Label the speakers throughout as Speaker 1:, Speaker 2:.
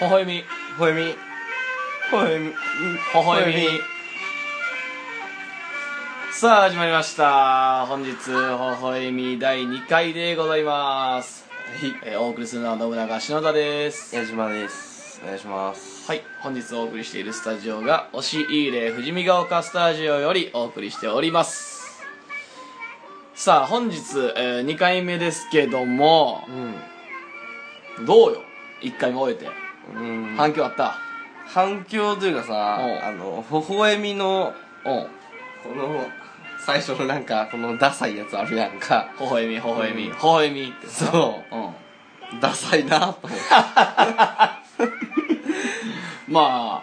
Speaker 1: 微笑み
Speaker 2: ほほえみほほえみ
Speaker 1: 微笑みさあ始まりました本日微笑み第2回でございます、
Speaker 2: はい
Speaker 1: えーお送りするのは信長篠田です
Speaker 2: 矢島ですお願いします
Speaker 1: はい本日お送りしているスタジオが押し入れ富士見ヶ丘スタジオよりお送りしておりますさあ本日、え2回目ですけども
Speaker 2: うん
Speaker 1: どうよ1回目終えて
Speaker 2: うん
Speaker 1: 反響あった
Speaker 2: 反響というか
Speaker 1: うん
Speaker 2: さあのほほえみの
Speaker 1: うん
Speaker 2: この最初のなんかこのダサいやつあるやんか
Speaker 1: 微笑み微笑み
Speaker 2: うん
Speaker 1: 微笑みってさ
Speaker 2: そう
Speaker 1: うん
Speaker 2: ダサいなと思っ
Speaker 1: まあ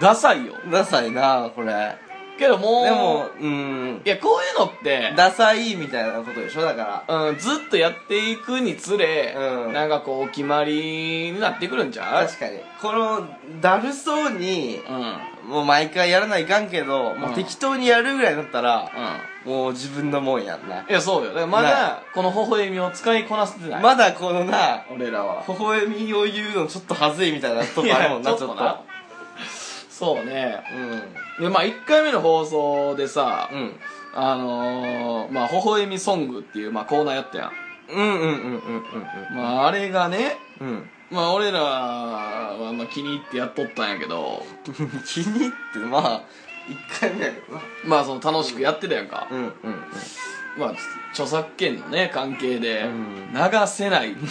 Speaker 1: ダサいよ
Speaker 2: てダサいなこれ
Speaker 1: けどもう
Speaker 2: でもうん
Speaker 1: いやこういうのって
Speaker 2: ダサいみたいなことでしょだから
Speaker 1: うん、ずっとやっていくにつれ、
Speaker 2: うん
Speaker 1: なんかこうお決まりになってくるんじゃう
Speaker 2: 確かにこのだるそうに
Speaker 1: うんうん
Speaker 2: もう毎回やらないかんけど、もう適当にやるぐらいだったら、もう自分のもんやんない
Speaker 1: やそうよだからま
Speaker 2: な
Speaker 1: だこの微笑みを使いこなせてない、
Speaker 2: まだこのな
Speaker 1: 俺らは
Speaker 2: 微笑みを言うのちょっと恥ずいみたいなとこあるもん
Speaker 1: い
Speaker 2: な
Speaker 1: や
Speaker 2: ちょっと
Speaker 1: そうね
Speaker 2: うん
Speaker 1: でまあ1回目の放送でさ、
Speaker 2: うん
Speaker 1: あのー、まあ微笑みソングっていう、まあ、コーナーやったやん、
Speaker 2: うんうんうんうんうん
Speaker 1: まあ、あれがね
Speaker 2: うんうん
Speaker 1: まあ俺らはまあ気に入ってやっとったんやけど
Speaker 2: 気に入ってまあ1回目やけどな
Speaker 1: まあその楽しくやってたやんか、
Speaker 2: うんうんうん
Speaker 1: まあ著作権のね関係で
Speaker 2: うん
Speaker 1: 流せないっていう、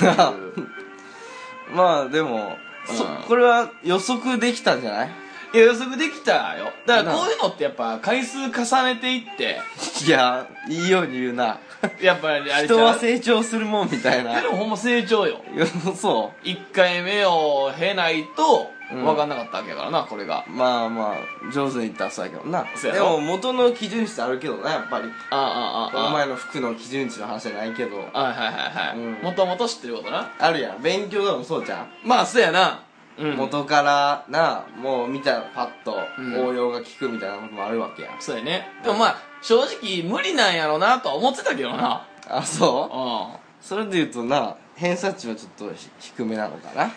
Speaker 2: まあでも、そ
Speaker 1: うん
Speaker 2: これは予測できたんじゃない
Speaker 1: いや予測できたよだから
Speaker 2: な
Speaker 1: こういうのってやっぱ回数重ねていって
Speaker 2: いやいいように言うな
Speaker 1: やっぱりあれちゃ
Speaker 2: 人
Speaker 1: う
Speaker 2: は成長するもんみたいな
Speaker 1: でもほんま成長よ
Speaker 2: いやそ
Speaker 1: 1回目を経ないと
Speaker 2: うん
Speaker 1: 分かんなかったわけやからな、これが
Speaker 2: うまあまあ上手に言ったらそうやけどな
Speaker 1: そうや
Speaker 2: で
Speaker 1: ろ
Speaker 2: も元の基準値あるけどなやっぱり
Speaker 1: ああ
Speaker 2: この前の服の基準値の話じゃないけど
Speaker 1: ああはいはいはいはい、
Speaker 2: うん
Speaker 1: もともと知ってることな
Speaker 2: あるやん勉強でもそうじゃん、
Speaker 1: まあそうやなうん
Speaker 2: 元からなもう見たらパッと
Speaker 1: うん
Speaker 2: 応用が効くみたいなこともあるわけやん、
Speaker 1: そうやねでもまあ正直無理なんやろなとは思ってたけどな
Speaker 2: あそう
Speaker 1: う
Speaker 2: それで言うとな偏差値はちょっとひ低めなのかな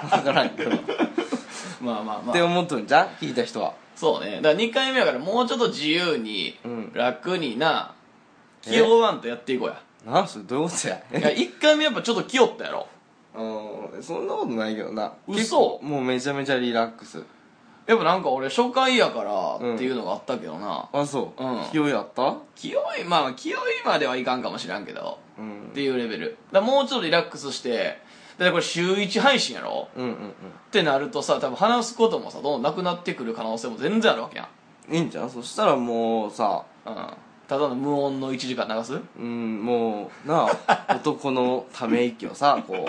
Speaker 2: 分からんけど
Speaker 1: ん
Speaker 2: っ
Speaker 1: まあまあま
Speaker 2: て思っとるんじゃん聞いた人は
Speaker 1: そうねだから2回目やからもうちょっと自由に、
Speaker 2: うん
Speaker 1: 楽にな
Speaker 2: え
Speaker 1: 気負わんとやっていこうや
Speaker 2: なあそれどういうことや
Speaker 1: いや1回目やっぱちょっと気負ったやろ
Speaker 2: うんそんなことないけどな
Speaker 1: 嘘
Speaker 2: 結構もうめちゃめちゃリラックス
Speaker 1: やっぱなんか俺初回やからっていうのがあったけどな、
Speaker 2: あそう、
Speaker 1: うん
Speaker 2: 勢いあった
Speaker 1: 気負いまあ気負いまではいかんかもしらんけど
Speaker 2: うん
Speaker 1: っていうレベルだからもうちょっとリラックスしてだってこれ週1配信やろ
Speaker 2: うんうん
Speaker 1: ってなるとさ多分話すこともさどんどんなくなってくる可能性も全然あるわけやん
Speaker 2: うんいいんじゃんそしたらもうさ
Speaker 1: うんただの無音の1時間流す
Speaker 2: うんもうな あ男のため息をさこ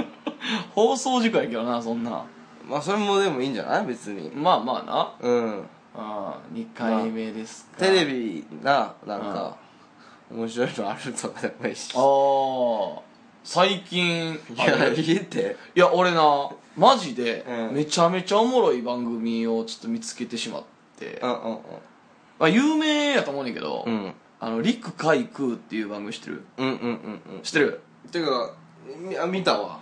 Speaker 1: 放送事故やけどなそんな
Speaker 2: うまあそれもでもいいんじゃない別に
Speaker 1: まあまあな
Speaker 2: うん
Speaker 1: ああ2回目ですか、
Speaker 2: テレビななんか、面白いのあるとかでもいいし
Speaker 1: ああ最近
Speaker 2: い
Speaker 1: あ
Speaker 2: や
Speaker 1: れい
Speaker 2: 言えて
Speaker 1: や俺なマジで、
Speaker 2: うん
Speaker 1: めちゃめちゃおもろい番組をちょっと見つけてしまって、
Speaker 2: うんうん
Speaker 1: まあ、有名やと思うねんだけど、
Speaker 2: うん
Speaker 1: あの陸海空っていう番組知ってる
Speaker 2: うんうんうんうん
Speaker 1: 知ってる
Speaker 2: てかみあ見たわ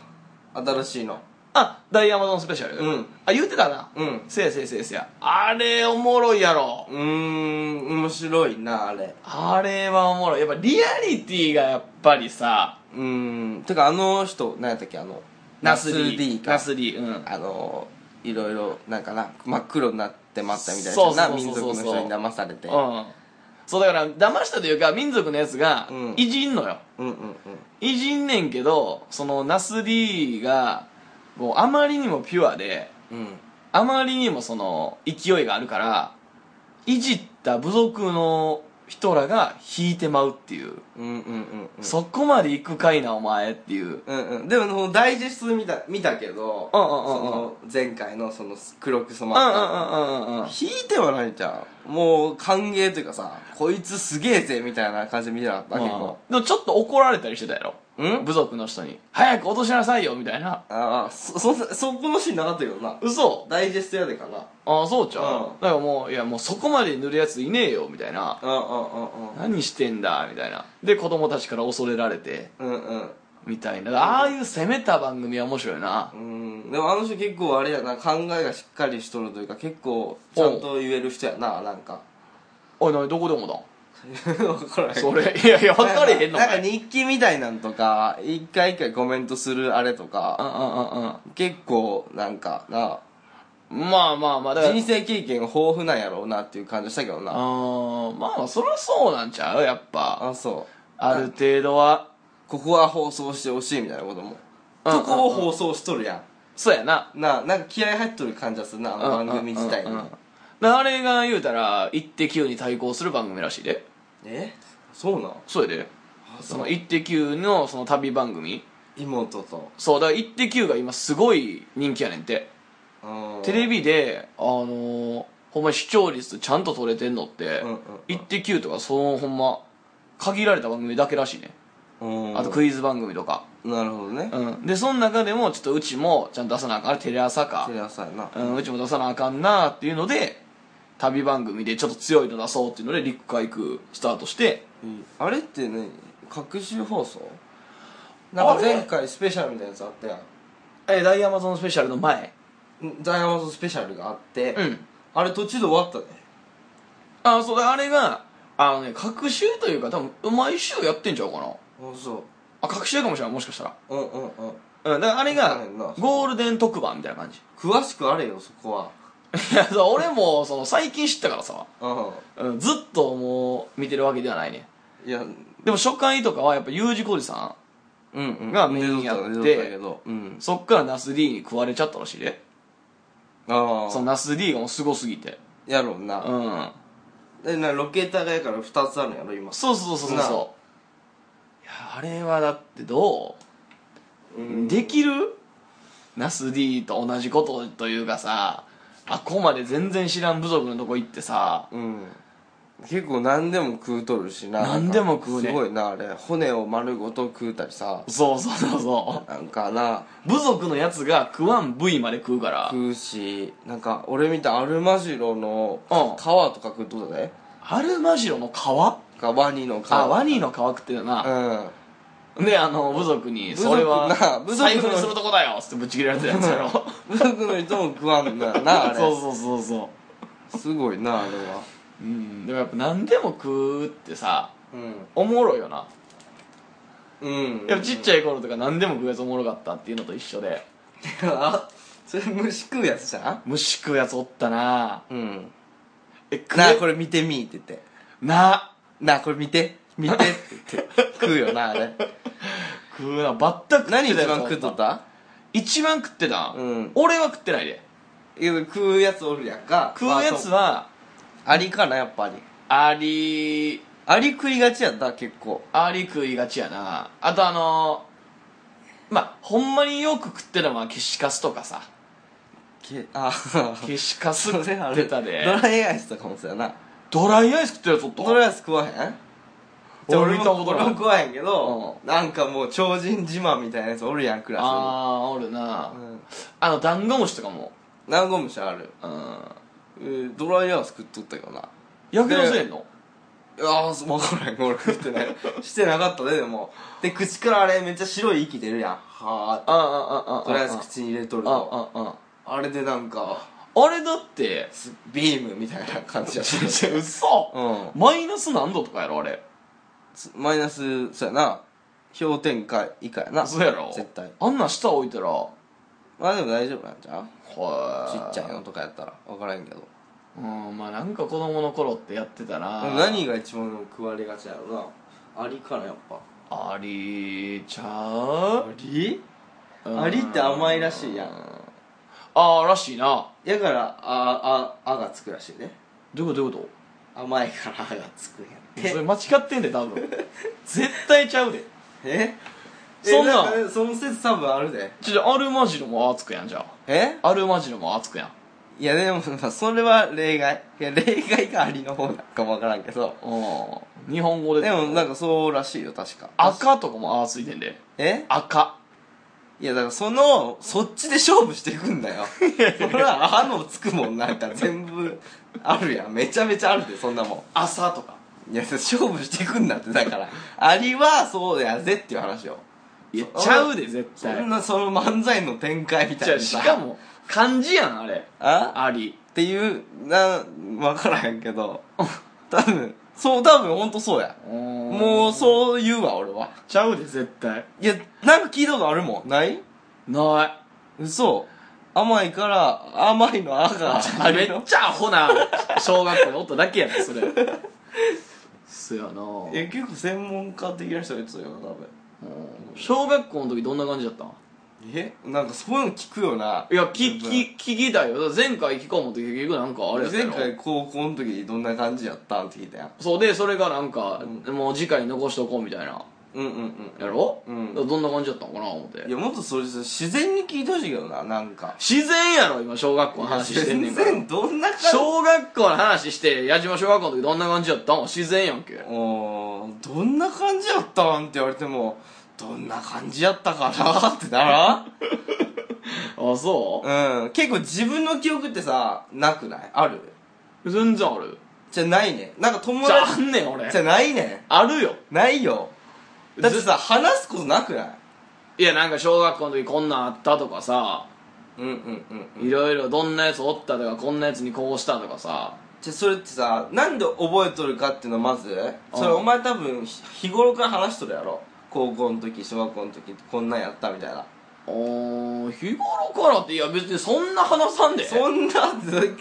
Speaker 2: 新しいの
Speaker 1: あダイヤマゾンスペシャル、
Speaker 2: うん
Speaker 1: あ言うてたな、
Speaker 2: うん
Speaker 1: せやせやせやせやあれおもろいやろ、
Speaker 2: うーん面白いなあれ
Speaker 1: あれはおもろいやっぱリアリティがやっぱりさ
Speaker 2: うーんてかあの人何やったっけあの
Speaker 1: ナス
Speaker 2: D
Speaker 1: D
Speaker 2: か
Speaker 1: ナス D うん
Speaker 2: あのいろいろなんかな真っ黒になってまったみたい
Speaker 1: そうそう
Speaker 2: な
Speaker 1: そうそう
Speaker 2: な民族の人に騙されて
Speaker 1: うんそうだから騙したというか民族のやつが
Speaker 2: うん
Speaker 1: いじんのよ、
Speaker 2: うんうんうん
Speaker 1: いじんねんけどそのナス D がこうあまりにもピュアで
Speaker 2: うん
Speaker 1: あまりにもその勢いがあるからいじった部族の人らが引いてまうっていう、
Speaker 2: うんうんうんうん
Speaker 1: そこまで行くかいなお前っていう
Speaker 2: うんうん、でもそのダイジェスト見た見たけど
Speaker 1: う
Speaker 2: そ
Speaker 1: んうんうんうん
Speaker 2: の前回のその黒く染
Speaker 1: うんう
Speaker 2: まった
Speaker 1: んうんうんうん
Speaker 2: 引いてはないじゃんもう歓迎というかさこいつすげえぜみたいな感じで見てなかった結構
Speaker 1: でもちょっと怒られたりしてたやろ
Speaker 2: うん
Speaker 1: 部族の人に早く落としなさいよみたいな
Speaker 2: ああそそんなそこのシーンなかったけどな
Speaker 1: 嘘
Speaker 2: ダイジェストやでかな
Speaker 1: ああそうちゃう、
Speaker 2: うん
Speaker 1: だからもういやもうそこまで塗るやついねえよみたいな
Speaker 2: うんうんうんうん
Speaker 1: 何してんだみたいなで子供たちから恐れられて
Speaker 2: うんうん
Speaker 1: みたいなああいう攻めた番組は面白いな
Speaker 2: うんでもあの人結構あれやな考えがしっかりしとるというか結構ちゃんと言える人やななんか
Speaker 1: おい何どこで思った
Speaker 2: わから へん
Speaker 1: んそれいやいや分かれへんの
Speaker 2: なん
Speaker 1: か
Speaker 2: か
Speaker 1: い
Speaker 2: 日記みたいなんとか一回一回コメントするあれと
Speaker 1: うん
Speaker 2: か
Speaker 1: うんうん
Speaker 2: 結構なんかな
Speaker 1: うんまあまあまあだから
Speaker 2: 人生経験豊富なんやろうなっていう感じしたけど
Speaker 1: あ
Speaker 2: な
Speaker 1: ーまあまあそりゃそうなんちゃうやっぱ
Speaker 2: あそう
Speaker 1: ある程度は
Speaker 2: ここは放送してほしいみたいなことも
Speaker 1: うん
Speaker 2: そこを放送しとるや
Speaker 1: そうやなん
Speaker 2: なあなんか気合入っとる感じはするなあの番組自体
Speaker 1: うんうん
Speaker 2: に
Speaker 1: うんうんあれが言うたら「イッテ Q!」に対抗する番組らしいで
Speaker 2: えそうなん
Speaker 1: そうやでその「イッテ Q!」のその旅番組
Speaker 2: 妹と
Speaker 1: そうだから「イッテ Q!」が今すごい人気やねんてテレ
Speaker 2: ビ
Speaker 1: ビであのーほんま視聴率ちゃんと取れてんのって
Speaker 2: うんうんうん
Speaker 1: 「イッテ Q!」とかそのほんま限られた番組だけらしいねあとクイズ番組とか
Speaker 2: なるほどね
Speaker 1: うんでその中でもちょっとうちもちゃんと出さなあかんあれテレ朝か
Speaker 2: テレ朝やな
Speaker 1: うん、うちも出さなあかんなあっていうので旅番組でちょっと強いの出そうっていうので陸海空スタートして
Speaker 2: うんあれって何各週放送なんか前回スペシャルみたいなやつあったやん
Speaker 1: えダイヤマゾンスペシャルの前
Speaker 2: ダイヤマンドスペシャルがあって、
Speaker 1: うん
Speaker 2: あれ途中で終わったね
Speaker 1: あそうだあれがあのね隔週というか多分毎週やってんちゃうかな
Speaker 2: あそ
Speaker 1: あ隔週かもしれないもしかしたら
Speaker 2: ううんうんうん
Speaker 1: うんだからあれ
Speaker 2: わか
Speaker 1: が
Speaker 2: んないな
Speaker 1: ゴールデン特番みたいな感じ
Speaker 2: 詳しくあれよそこはい
Speaker 1: やそう俺もその最近知ったからさ、
Speaker 2: う
Speaker 1: うん、ずっともう見てるわけではないね
Speaker 2: んいや
Speaker 1: でも初回とかはやっぱ U 字工事さ
Speaker 2: うんうん
Speaker 1: がメインやって
Speaker 2: 寝とった寝とったけどうん
Speaker 1: んそっからナス D に食われちゃったらしいで
Speaker 2: あ
Speaker 1: その
Speaker 2: あ
Speaker 1: ナス D がもうすごすぎて
Speaker 2: やろうな,、
Speaker 1: うん
Speaker 2: えなロケーターがやから2つあるんやろ今
Speaker 1: そうそうそうそう
Speaker 2: な
Speaker 1: そういやあれはだってどう、できるナス D と同じことというかさあここまで全然知らん部族のとこ行ってさ
Speaker 2: うん結構何でも食うとるしな
Speaker 1: 何でも食うね
Speaker 2: すごいなあれ骨を丸ごと食うたりさ
Speaker 1: そうそうそうそ
Speaker 2: なんかな
Speaker 1: う部族のやつが食わん部位まで食うから
Speaker 2: 食うしなんか俺見たアルマジロの
Speaker 1: うん
Speaker 2: 皮とか食うとったね
Speaker 1: アルマジロの皮
Speaker 2: かワニの皮
Speaker 1: あワニの皮食ってる
Speaker 2: う
Speaker 1: な、
Speaker 2: ん
Speaker 1: であの部族に「
Speaker 2: 部族
Speaker 1: それは
Speaker 2: な部族の
Speaker 1: 財布にするとこだよ」っつってぶち切れられてたやつやろそ
Speaker 2: 部族の人も食わんな なあ
Speaker 1: う
Speaker 2: れ
Speaker 1: そうそうそう
Speaker 2: すごいなあれは
Speaker 1: うんでもやっぱ何でも食うってさ
Speaker 2: うん
Speaker 1: おもろいよな
Speaker 2: うん
Speaker 1: やっぱちっちゃい頃とか何でも食うやつおもろかったっていうのと一緒で
Speaker 2: あ それ虫食うやつじゃん
Speaker 1: 虫食うやつおったな
Speaker 2: うん
Speaker 1: え食
Speaker 2: なあこ
Speaker 1: れ
Speaker 2: れ見てみーって言って
Speaker 1: な
Speaker 2: なあこれ見て見 てって言って食うよなあれ
Speaker 1: 食うなバッタ食ってた
Speaker 2: 何
Speaker 1: やつ
Speaker 2: 一番食っとった
Speaker 1: 一番食ってた、
Speaker 2: うん
Speaker 1: 俺は食ってないで
Speaker 2: いや食うやつおるやんか
Speaker 1: 食うやつ
Speaker 2: は
Speaker 1: は
Speaker 2: アリかなやっぱり
Speaker 1: アリ
Speaker 2: アリ食いがちやった結構
Speaker 1: アリ食いがちやなあとあのー、まあほんまによく食ってたのは消しカスとか さ
Speaker 2: け あそ
Speaker 1: 消しカス食
Speaker 2: れあ
Speaker 1: っ
Speaker 2: れ
Speaker 1: てたで
Speaker 2: ドライアイスとかもそうやな
Speaker 1: ドライアイス食ってるやつおった
Speaker 2: ドライアイス食わへん
Speaker 1: 俺
Speaker 2: 俺
Speaker 1: 見たことな
Speaker 2: も
Speaker 1: い
Speaker 2: 俺も食わへんけど、なんかもう超人自慢みたいなやつおるやんクラスに
Speaker 1: ああおるな、
Speaker 2: うん
Speaker 1: あのダンゴムシとかも
Speaker 2: ダンゴムシある、
Speaker 1: うん
Speaker 2: えードライアイス食っとったけどな
Speaker 1: やけどせえんの
Speaker 2: いやー分からへん俺食ってない してなかったねでもで口からあれめっちゃ白い息出るやんはーって
Speaker 1: ああああ
Speaker 2: とりあえず口に入れとると
Speaker 1: ああ
Speaker 2: あれでなんか
Speaker 1: ああれだ って
Speaker 2: すビームみたいな感じやし
Speaker 1: 嘘
Speaker 2: うん
Speaker 1: マイナス何度とかやろあれ
Speaker 2: つ マイナスそうやな氷点下以下やな
Speaker 1: そうやろ
Speaker 2: 絶対
Speaker 1: あんなん下置いたらは
Speaker 2: まあでも大丈夫なんじゃんち
Speaker 1: い
Speaker 2: っちゃいのとかやったら分からへんけど
Speaker 1: うんまあなんか子供の頃ってやってたな
Speaker 2: 何が一番食われがちやろなアリかなやっぱ
Speaker 1: ありちゃう
Speaker 2: リ
Speaker 1: うん
Speaker 2: アリって甘いらしいやん
Speaker 1: ああらしいな
Speaker 2: やからあああがつくらしいね
Speaker 1: どういうことどういうこ
Speaker 2: 甘いからあがつくんや
Speaker 1: と
Speaker 2: って
Speaker 1: それ間違ってんで多 分絶対ちゃうで
Speaker 2: え
Speaker 1: そんなん
Speaker 2: えかその説多分あるで
Speaker 1: ちょアルマジロもあつくやんじゃ
Speaker 2: え
Speaker 1: あアルマジロもあつくやん
Speaker 2: いやでもまあそれは例外いや例外がアリの方なんかも分からんけど
Speaker 1: うん日本語で
Speaker 2: でもなんかそうらしいよ確か
Speaker 1: 赤とかもあついてんで
Speaker 2: え
Speaker 1: 赤
Speaker 2: いやだからそのそっちで勝負していくんだよそれは「あ」のつくもんなんか全部あるやんめちゃめちゃあるでそんなも
Speaker 1: 朝とか
Speaker 2: んいや勝負していくんだってだからアリはそうやぜっていう話よ
Speaker 1: いやちゃうで絶
Speaker 2: そ
Speaker 1: 対
Speaker 2: んなその漫才の展開みたい
Speaker 1: じゃ
Speaker 2: な
Speaker 1: あし
Speaker 2: さ
Speaker 1: かも漢字やんあれ
Speaker 2: あ
Speaker 1: あり
Speaker 2: っていうな分からへんけど多分そう多分本当そうやも
Speaker 1: も
Speaker 2: う
Speaker 1: う
Speaker 2: そう言うわ俺は
Speaker 1: ちゃうで絶対
Speaker 2: いやなんか聞いたことあるもんない
Speaker 1: な
Speaker 2: 嘘甘いから甘いの「あ」があ
Speaker 1: いめ
Speaker 2: れ
Speaker 1: っ
Speaker 2: の
Speaker 1: ちゃアホな小学校の音だけやねそれそやな
Speaker 2: え結構専門家的な人が言ってたよな多分
Speaker 1: うん小学校の時どんな感じだったん
Speaker 2: えなんかそういうの聞くよない
Speaker 1: や聞き聞きたいよだから前回聞こうもって結局なんかあれやった
Speaker 2: 前
Speaker 1: よ
Speaker 2: 回高校の時どんな感じやったんって聞いたやん
Speaker 1: そうでそれがなんか、
Speaker 2: う
Speaker 1: もう次回に残しとこうみたいな
Speaker 2: うんうんうん
Speaker 1: やろ、
Speaker 2: うん
Speaker 1: だからどんな感じだったのかな思って
Speaker 2: いやもっとそれ自然に聞いてほしいけどななんか
Speaker 1: 自然やろ今小学校の話してんねんから
Speaker 2: 全然どんな感じ
Speaker 1: 小学校の話して矢島小学校の時どんな感じやったん自然やんけ
Speaker 2: おーどんな感じやったんって言われてもどんな感じやったかなって
Speaker 1: あ
Speaker 2: な
Speaker 1: そ
Speaker 2: らうん結構自分の記憶ってさなくないある
Speaker 1: う全然ある
Speaker 2: じゃないねなんか友
Speaker 1: じゃああ
Speaker 2: 達
Speaker 1: んねん俺
Speaker 2: じゃないね
Speaker 1: あるよ
Speaker 2: ないよだってさ話すことなくない
Speaker 1: いやなんか小学校の時こんなんあったとかさ
Speaker 2: うんうんうんうん
Speaker 1: いろいろどんなやつおったとかこんなやつにこうしたとかさ
Speaker 2: じゃあそれってさなんで覚えとるかっていうのまずそれ
Speaker 1: うん
Speaker 2: お前多分ひ日頃から話しとるやろ高校の時小学校の時こんなんやったみたいな
Speaker 1: あー日頃からっていや別にそんな話さんで
Speaker 2: そんなず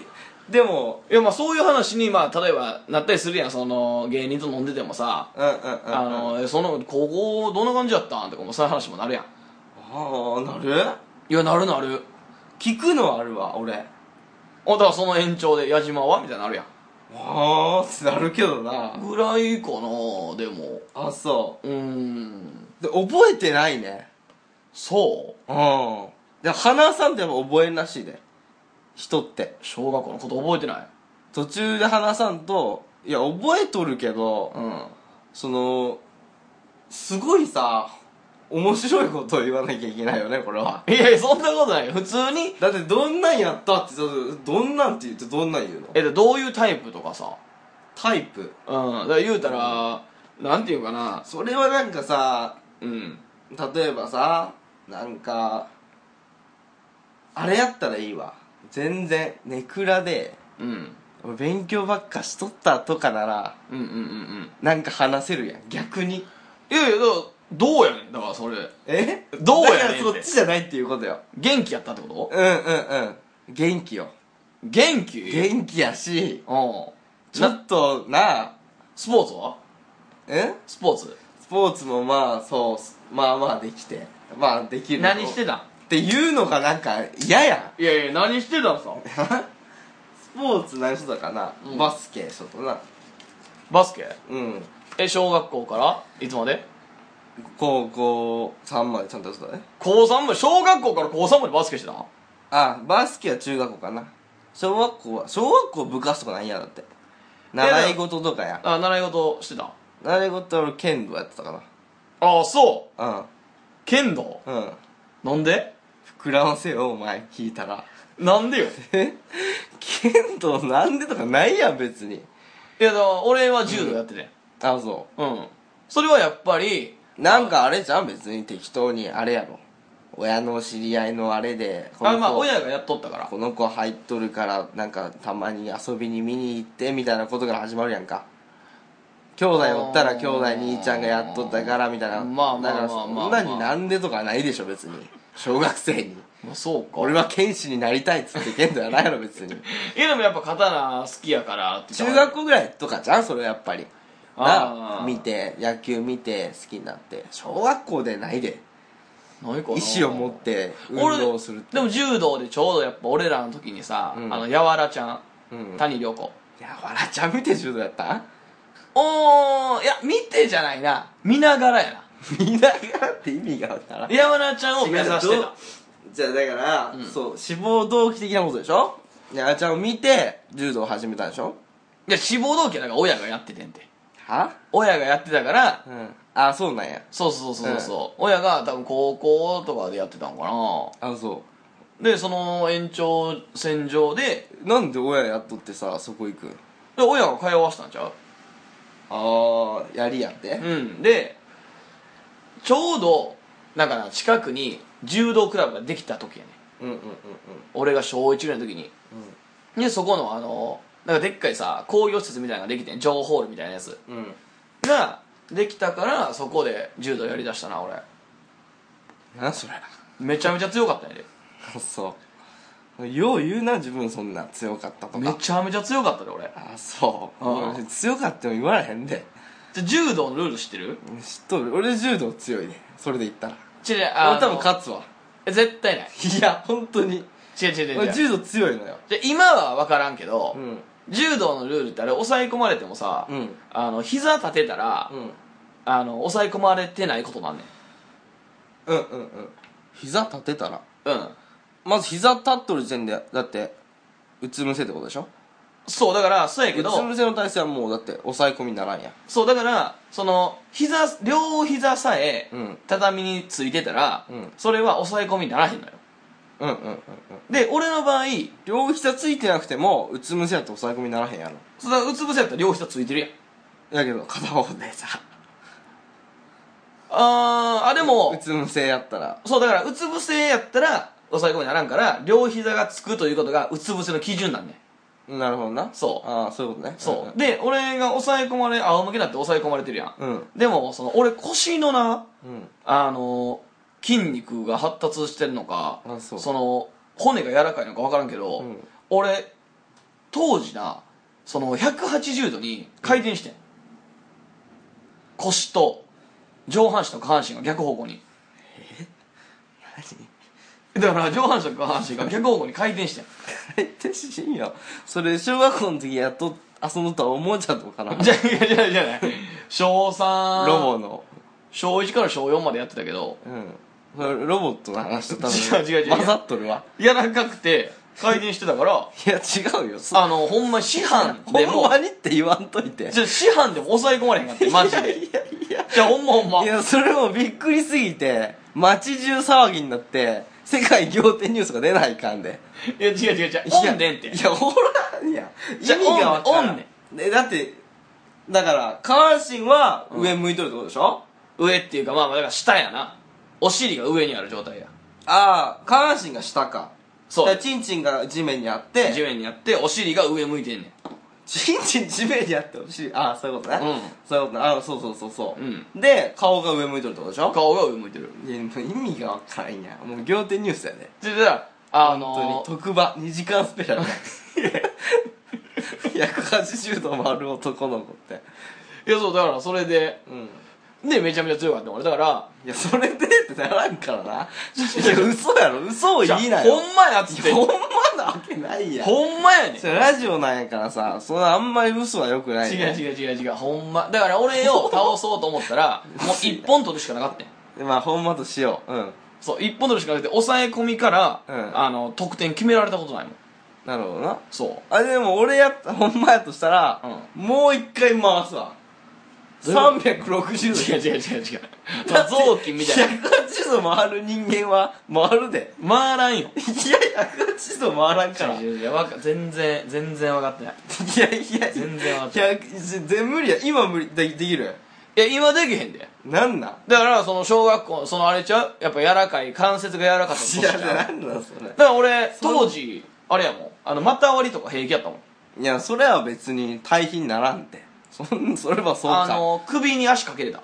Speaker 2: でも
Speaker 1: いやまあそういう話にまあ例えばなったりするやんその芸人と飲んでてもさ
Speaker 2: うんうんうん、うん、
Speaker 1: あのえその高校どんな感じだったんとかもそういう話もなるやん
Speaker 2: ああなる
Speaker 1: いやなるなる
Speaker 2: 聞くのはあるわ俺あ
Speaker 1: あだからその延長で矢島はみたいになるやん
Speaker 2: あってなるけどな
Speaker 1: ぐらいかなでも
Speaker 2: あそう
Speaker 1: ーん
Speaker 2: うで覚えてないね
Speaker 1: そう
Speaker 2: うんで花さんってやっぱ覚えんらしいで人って
Speaker 1: 小学校のこと覚えてない
Speaker 2: 途中で花さんといや覚えとるけど、
Speaker 1: ん
Speaker 2: そのすごいさ面白いことを言わなきゃいけないよねこれはい
Speaker 1: やいやそんなことないよ普通に
Speaker 2: だってどんなんやったってどんなんって言ってどんなん言うの
Speaker 1: えでどういうタイプとかさ
Speaker 2: タイプ
Speaker 1: うんだから言うたら、なんていうかな
Speaker 2: それはなんかさ
Speaker 1: うん
Speaker 2: 例えばさなんかあれやったらいいわ全然ネクラで
Speaker 1: うん
Speaker 2: 俺勉強ばっかしとったとかなら
Speaker 1: うんうんうんうん
Speaker 2: なんか話せるやん逆に
Speaker 1: いやいやだからどうやねんだからそれ
Speaker 2: え
Speaker 1: どうやねん
Speaker 2: だからそっちじゃないっていうことよ
Speaker 1: 元気やったってこと
Speaker 2: うんうんうん元気よ
Speaker 1: 元気
Speaker 2: 元気やし
Speaker 1: うん
Speaker 2: ちょ
Speaker 1: な
Speaker 2: っとな
Speaker 1: スポーツは
Speaker 2: え
Speaker 1: スポーツ
Speaker 2: スポーツもまあそうまあまあできてまあできる
Speaker 1: 何してたん
Speaker 2: っていうのがなんか嫌やん
Speaker 1: いやいや何してたんさ
Speaker 2: スポーツ何しとったかな、
Speaker 1: うん
Speaker 2: バスケしとったな
Speaker 1: バスケ
Speaker 2: うん
Speaker 1: え小学校からいつまで
Speaker 2: 高校3までちゃんとやってたね
Speaker 1: 高3まで小学校から高3までバスケしてたん
Speaker 2: あバスケは中学校かな小学校は小学校部活とかなんやだって
Speaker 1: や
Speaker 2: 習い事とかや
Speaker 1: あ習い事してたん
Speaker 2: 習い事は俺剣道やってたか
Speaker 1: ああそ
Speaker 2: な
Speaker 1: う剣道
Speaker 2: うんうん
Speaker 1: なんで
Speaker 2: 膨らませよお前聞いたら
Speaker 1: なんでよ
Speaker 2: え剣道なんでとかないやん別に
Speaker 1: いやだから俺は柔道やってて
Speaker 2: あそ
Speaker 1: うん、それはやっぱり
Speaker 2: うなんかあれじゃん別に適当にあれやろ親の知り合いのあれでこの
Speaker 1: あ
Speaker 2: 子
Speaker 1: まあ親がやっとったから
Speaker 2: この子入っとるからなんかたまに遊びに見に行ってみたいなことから始まるやんか兄弟おったら兄弟兄ちゃんがやっとったからみたいな
Speaker 1: まあまあまあ
Speaker 2: だから
Speaker 1: まあ
Speaker 2: そ
Speaker 1: まあ
Speaker 2: んなになんでとかないでしょ別に小学生に
Speaker 1: まあそうか
Speaker 2: 俺は剣士になりたいっつって剣道やないや ろ別に
Speaker 1: いやでもやっぱ刀好きやからって言
Speaker 2: 中
Speaker 1: ったら
Speaker 2: 学校ぐらいとかじゃんそれやっぱり
Speaker 1: あー
Speaker 2: な見て野球見て好きになって小学校でないで
Speaker 1: ないかな
Speaker 2: 意志を持って運動するって
Speaker 1: 俺でも柔道でちょうどやっぱ俺らの時にさ、
Speaker 2: うん
Speaker 1: あのやわらちゃん、
Speaker 2: うん
Speaker 1: 谷涼子
Speaker 2: いやわらちゃん見て柔道やった
Speaker 1: おーいや見てじゃないな見ながらやな
Speaker 2: 見ながらって意味がわからん
Speaker 1: やわらちゃんを目指して
Speaker 2: 違う
Speaker 1: た
Speaker 2: じゃあだから、
Speaker 1: うん
Speaker 2: そう志望動機的なことでしょであーちゃんを見て柔道を始めたんでしょ
Speaker 1: いや志望動機はなんか親がやっててんて
Speaker 2: は
Speaker 1: 親がやってたから
Speaker 2: うんあーそうなんや
Speaker 1: そうそうそうそう、親が多分高校とかでやってたのか
Speaker 2: あそ
Speaker 1: なでその延長線上で
Speaker 2: うなんで親やっとってさそこ行くん
Speaker 1: で親が通わせたんちゃう
Speaker 2: ああやりやって
Speaker 1: うんでちょうどなんかな近くに柔道クラブができた時やね
Speaker 2: うんうんうん
Speaker 1: 俺が小1ぐらいの時にでそこのあのなんかでっかいさ工業施設みたいなのができてん情報ホールみたいなやつ
Speaker 2: うんうん
Speaker 1: ができたからそこで柔道やりだしたな俺
Speaker 2: 何それ
Speaker 1: めちゃめちゃ強かったんやで
Speaker 2: そうよう言うな自分そんな強かったと
Speaker 1: め
Speaker 2: か
Speaker 1: ちゃめちゃ強かったで俺
Speaker 2: あそう
Speaker 1: あ
Speaker 2: 俺強かっても言われへんで
Speaker 1: じゃ柔道のルール知ってる
Speaker 2: 知っとる俺柔道強いねそれで言ったら
Speaker 1: 違う違うあ
Speaker 2: 俺
Speaker 1: の
Speaker 2: 多分勝つわ
Speaker 1: え絶対ない
Speaker 2: いや本当に
Speaker 1: 違う違う違う違
Speaker 2: 俺
Speaker 1: う
Speaker 2: 柔道強いのよ
Speaker 1: じゃ今は分からんけど、
Speaker 2: うん
Speaker 1: 柔道のルールってあれ抑え込まれてもさ、
Speaker 2: うん
Speaker 1: あの膝立てたら、
Speaker 2: うん
Speaker 1: あの抑え込まれてないことなんねん
Speaker 2: うんうんうん膝立てたら
Speaker 1: うん
Speaker 2: まず膝立っとる時点でだってうつむせってことでしょ
Speaker 1: そうだからそうやけ
Speaker 2: うつ
Speaker 1: ど
Speaker 2: むせの体勢はもうだって抑え込みにならんやん
Speaker 1: そうだからその膝両膝さえ
Speaker 2: うん
Speaker 1: 畳についてたら、
Speaker 2: うん
Speaker 1: それは抑え込みにならへんのよ
Speaker 2: うんうんうんうん
Speaker 1: で俺の場合
Speaker 2: 両膝ついてなくてもうつむせやと抑え込みにならへんやろ
Speaker 1: そのうつ伏せやったら両膝ついてるやん
Speaker 2: やけど片方でさ
Speaker 1: あーあでも
Speaker 2: うつむせやったら
Speaker 1: そうだからうつ伏せやったら抑え込みにならんから両膝がつくということがうつ伏せの基準なんねん
Speaker 2: なるほどな
Speaker 1: そう
Speaker 2: ああそういうことね
Speaker 1: そうで俺が抑え込まれ仰向けだって抑え込まれてるやん、
Speaker 2: うん
Speaker 1: でもその俺腰のな
Speaker 2: うん
Speaker 1: あの筋肉が発達してるのか
Speaker 2: あそう
Speaker 1: の骨が柔らかいのか分からんけど、
Speaker 2: うん
Speaker 1: 俺当時なその180度に回転してん、腰と上半身と下半身が逆方向にだから上半身と下半身が逆方向に回転してん
Speaker 2: 回転しんよそれ小学校の時やっと遊んどったら思うちゃうとかな
Speaker 1: じゃあいやいやいやいや小3
Speaker 2: ロボの
Speaker 1: 小1から小4までやってたけど
Speaker 2: うんそれロボットの話 と多
Speaker 1: 違う
Speaker 2: 分
Speaker 1: 違う違う
Speaker 2: 混ざっとるわ
Speaker 1: 柔らかくて回転してたから
Speaker 2: いや違うよそ
Speaker 1: あのほんま師範
Speaker 2: ほ
Speaker 1: でも
Speaker 2: んまにって言わんといて
Speaker 1: じゃあ師範でも抑え込まれへんかってマジで
Speaker 2: いやいや
Speaker 1: じゃあほんまほんま
Speaker 2: いやそれもびっくりすぎて街中騒ぎになって世界仰天ニュースが出ないかんで
Speaker 1: いや違う違う違う
Speaker 2: い
Speaker 1: お
Speaker 2: や
Speaker 1: んでんって
Speaker 2: いやおらんやん意
Speaker 1: じゃあ
Speaker 2: 味がわからん
Speaker 1: おんね
Speaker 2: ねだってだから下半身は上向いとるってことでしょ、
Speaker 1: 上っていうかまあまあだから下やなお尻が上にある状態や
Speaker 2: ああ下半身が下か
Speaker 1: そう
Speaker 2: だからチンチンが地面にあって
Speaker 1: 地面にあってお尻が上向いてんねん
Speaker 2: チンチン地面にあってほしいああそういうことね、
Speaker 1: うん
Speaker 2: そういうことねああそうそうそうそう、
Speaker 1: う
Speaker 2: で顔が上向いとるってことでしょ
Speaker 1: 顔が上向いてる
Speaker 2: いやもう意味がわからんやんもう仰天ニュースやね
Speaker 1: でじゃああ
Speaker 2: 本
Speaker 1: の
Speaker 2: 当に特番2時間スペシャル 180度回る男の子って
Speaker 1: いやそうだからそれで
Speaker 2: うん
Speaker 1: でめちゃめちゃ強かった俺だから
Speaker 2: いやそれでってならんから ないや嘘やろ嘘を
Speaker 1: じゃあ
Speaker 2: 言いなよ
Speaker 1: ほんまやっつって
Speaker 2: いやほんまなわけないやん
Speaker 1: ほんまやねん
Speaker 2: それラジオなんやからさそのあんまり嘘はよくない
Speaker 1: 違う
Speaker 2: う
Speaker 1: 違う違う違うほんまだから俺を倒そうと思った らもう一本取るしかなかったん
Speaker 2: まあほんまとしよううん
Speaker 1: そう一本取るしかなくて抑え込みから、
Speaker 2: うん
Speaker 1: あの得点決められたことないもん
Speaker 2: なるほどな
Speaker 1: そう
Speaker 2: あでも俺やった ほんまやとしたら、もう一回回すわ
Speaker 1: どう
Speaker 2: 360度
Speaker 1: 違う違う違う違う臓器みたいな
Speaker 2: 180度回る人間は回るで
Speaker 1: 回らんよ
Speaker 2: いや180度回らんからい
Speaker 1: 違う違う違うわか全然全然分かってない
Speaker 2: やいや
Speaker 1: 全然わかんな
Speaker 2: 100全然無理や今無理でできる
Speaker 1: いや今できへんで
Speaker 2: なんなん
Speaker 1: だからその小学校そのあれちゃうやっぱ柔らかい関節が柔らかかった
Speaker 2: い
Speaker 1: 年ちゃ
Speaker 2: や
Speaker 1: うだ
Speaker 2: な
Speaker 1: か
Speaker 2: んなんそれ
Speaker 1: ら俺当時あれやもんあの股割りとか平気やったもん
Speaker 2: いやそれは別に対比にならんてそんそれはそう
Speaker 1: あ
Speaker 2: か
Speaker 1: の首に足かけれた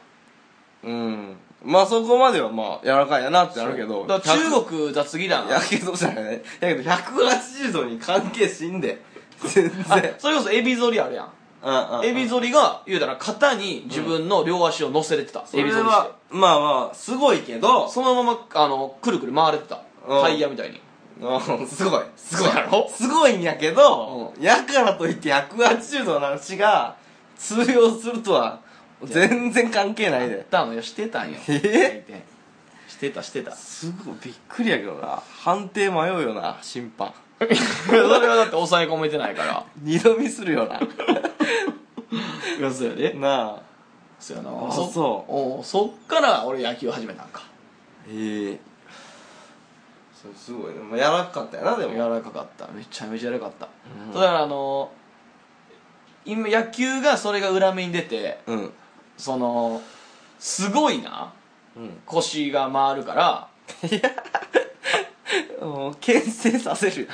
Speaker 2: うんまあそこまではまあ柔らかいやなってなるけど
Speaker 1: だから
Speaker 2: 100
Speaker 1: 中国雑技団
Speaker 2: やけどじゃないやけど180度に関係しんで全
Speaker 1: あ
Speaker 2: 然
Speaker 1: それこそエビ反りあるやん
Speaker 2: うんうん
Speaker 1: エビ反りが言うたら肩に自分の両足を乗せれてた、
Speaker 2: そ
Speaker 1: エ
Speaker 2: れ
Speaker 1: ビ反りし
Speaker 2: はまあまあすごいけど
Speaker 1: てそのままあのくるくる回れてた
Speaker 2: うん
Speaker 1: タイヤみたいに
Speaker 2: うんすごいす
Speaker 1: そうやろ
Speaker 2: すごいんやけど、やからといって180度の話が通用するとは全然関係ないで
Speaker 1: たのよしてたんよ
Speaker 2: え
Speaker 1: してたしてた
Speaker 2: すごいびっくりやけどな判定迷うよな審判
Speaker 1: それはだって抑え込めてないから
Speaker 2: 二度見するよな
Speaker 1: いやそうやで
Speaker 2: なあ
Speaker 1: そうやな
Speaker 2: あそ
Speaker 1: おうそっから俺野球始めたんか
Speaker 2: ええそれすごいねまあ柔らかかったやなでも
Speaker 1: 柔らかかっためちゃめちゃ柔らかかった、そうだからあの今野球がそれが裏目に出て
Speaker 2: うん
Speaker 1: そのすごいな
Speaker 2: うん
Speaker 1: 腰が回るから
Speaker 2: もう牽制させ る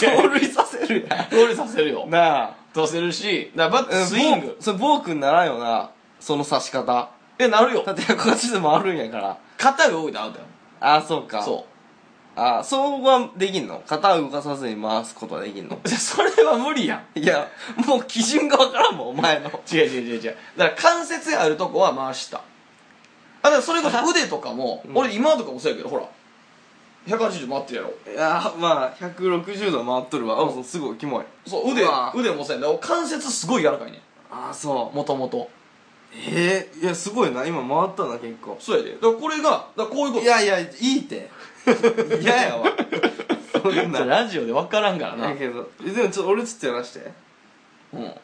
Speaker 1: や
Speaker 2: やん盗塁させるや
Speaker 1: ゴールさせるよ
Speaker 2: んなあ
Speaker 1: とせるしだからバッ
Speaker 2: うん
Speaker 1: トスイング
Speaker 2: ボーそれボークにならんよなその刺し方
Speaker 1: でなるよ
Speaker 2: だって横足で回るんやから
Speaker 1: 肩が動いたらアウトや
Speaker 2: ああそうか
Speaker 1: もんそう
Speaker 2: ああそうはできんの肩を動かさずに回すことはできんの
Speaker 1: じゃそれは無理やん
Speaker 2: いやもう基準がわからんもんお前の
Speaker 1: 違う違う違う違うだから関節があるとこは回したあだからそれこそ腕とかも、
Speaker 2: うん
Speaker 1: 俺今とかもそうやけどほら180回ってるやろ
Speaker 2: いやまあ160度回っとるわあそうすごいキモい
Speaker 1: そう腕
Speaker 2: うわ
Speaker 1: 腕もそうやんだから関節すごい柔らかいね
Speaker 2: ああそ
Speaker 1: もともと
Speaker 2: うええいやすごいな今回ったな結構
Speaker 1: そうやでだからこれがだからこういうこと
Speaker 2: いやいやいいって 嫌やわそんな
Speaker 1: それラジオで分からんからな
Speaker 2: だけどえでもちょっと俺ちょっとやらして
Speaker 1: うん
Speaker 2: ああ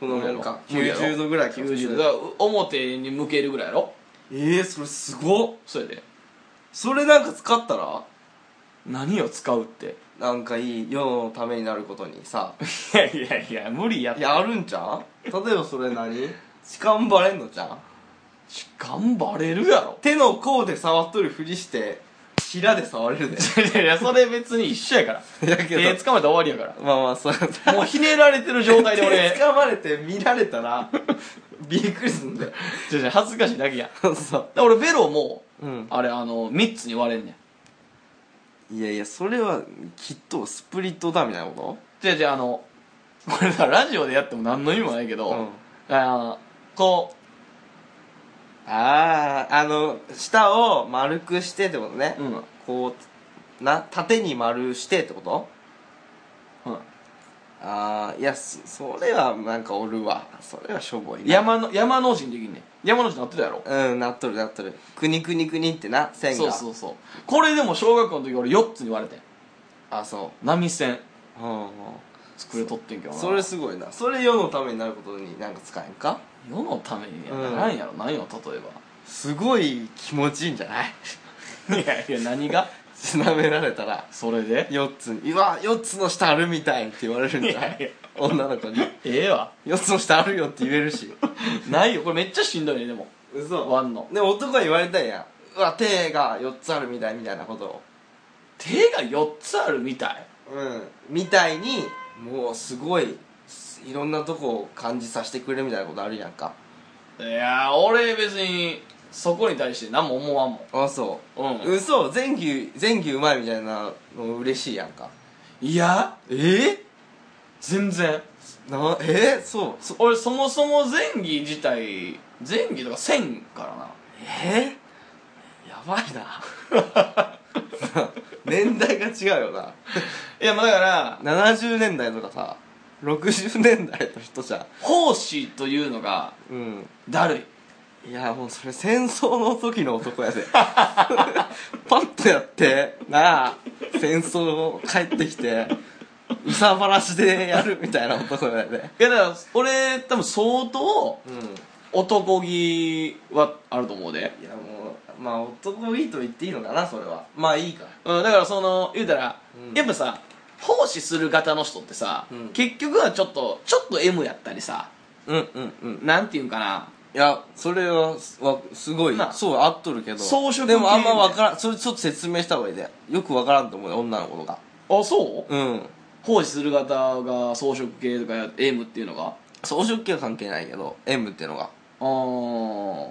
Speaker 2: このもんか
Speaker 1: 無理やろ
Speaker 2: 90度ぐらいか
Speaker 1: 90度だからう表に向けるぐらいやろ
Speaker 2: ええそれすごっ
Speaker 1: そうやで
Speaker 2: それなんか使ったら
Speaker 1: 何を使うって
Speaker 2: なんかいい世のためになることにさ
Speaker 1: いやいやいや無理やっ
Speaker 2: いやあるんちゃう例えばそれ何痴漢バレんのじゃん
Speaker 1: 頑張れるやろ
Speaker 2: 手の甲で触っとるふりしてひらで触れ るで
Speaker 1: いやいやそれ別に一緒やから
Speaker 2: だ
Speaker 1: 手
Speaker 2: け
Speaker 1: 掴まれたら終わりやから
Speaker 2: まあまあそう
Speaker 1: もうひねられてる状態で
Speaker 2: 手
Speaker 1: 俺、
Speaker 2: 掴まれて見られたら びっくりすんだよ
Speaker 1: ちょちょ恥ずかしいだけや。だか
Speaker 2: そう
Speaker 1: ら俺ベロも、
Speaker 2: うん
Speaker 1: あれ、あの、3つに割れんねん。
Speaker 2: いやいやそれはきっとスプリットだみたいなこ
Speaker 1: じゃじゃあの、これさ、ラジオでやっても何の意味もないけ
Speaker 2: と
Speaker 1: ど、あの、こ
Speaker 2: あああの舌を丸くしてってことね、
Speaker 1: う、うん、うん。
Speaker 2: こうな縦に丸してってことああいやそそれはなんかおるわそれはしょぼいな
Speaker 1: 山の、山の字にできんねん。山の字になってたやろ。
Speaker 2: うんなっとるなっとるくにくにくにってな線
Speaker 1: そ
Speaker 2: が
Speaker 1: うそうそう。これでも小学校の時俺4つに割れてん。
Speaker 2: あそ
Speaker 1: 波線
Speaker 2: ううんうん
Speaker 1: 作れとってんけどな。
Speaker 2: それすごいなそれ世のためになることになんか使えんか
Speaker 1: 世のためにや
Speaker 2: うん
Speaker 1: らんやろ、何よ、例え
Speaker 2: すごい気持ちいいんじゃない
Speaker 1: ば。いやいや、何が
Speaker 2: 舐められたら
Speaker 1: それで
Speaker 2: 4つに「うわ4つの下あるみたい」って言われるんじゃない
Speaker 1: いやいや
Speaker 2: 女の子に
Speaker 1: ええわ。
Speaker 2: 「4つの下あるよ」って言えるし
Speaker 1: ないよ、これめっちゃしんどいね、でも。
Speaker 2: 嘘
Speaker 1: 割んの。
Speaker 2: でも男は言われたんやうわ手が4つあるみたいみたいなことを
Speaker 1: 手が4つあるみたい
Speaker 2: うんみたいにもうすごいすいろんなとこを感じさせてくれるみたいなことあるやんか
Speaker 1: いやー俺別にそこに対して何も思わんもん
Speaker 2: あそう
Speaker 1: うん
Speaker 2: 嘘前牛前牛うまいみたいなの嬉しいやんか
Speaker 1: いや
Speaker 2: え
Speaker 1: 全然
Speaker 2: なえそう
Speaker 1: そ俺そもそも前儀自体前儀とかせんからな
Speaker 2: えやばいな 年代が違うよ ない
Speaker 1: やまあだから
Speaker 2: 70年代とかさ60年代の人じゃん
Speaker 1: 奉仕というのが
Speaker 2: うん
Speaker 1: だるい
Speaker 2: いやもうそれ戦争の時の男やで パッとやってなあ戦争帰ってきて憂さ晴らしでやるみたいな男やで
Speaker 1: いやだから俺多分相当
Speaker 2: うん
Speaker 1: 男気はあると思うで、
Speaker 2: いやもうまあ男いいと言っていいのかなそれはまあいいか
Speaker 1: うん、だからその言うたら、
Speaker 2: うん
Speaker 1: やっぱさ奉仕する型の人ってさ、
Speaker 2: うん
Speaker 1: 結局はちょっとちょっと M やったりさ
Speaker 2: うんうんうん
Speaker 1: なんていうんかない
Speaker 2: やそれはすわすごい
Speaker 1: な
Speaker 2: そう合っとるけど
Speaker 1: 装飾系
Speaker 2: でもあんまわからんそれちょっと説明した方がいいでよくわからんと思うよ女の子とか
Speaker 1: あそう
Speaker 2: うん
Speaker 1: 奉仕する方が装飾系とかや M っていうのが
Speaker 2: 装飾系は関係ないけど M ってのが
Speaker 1: あー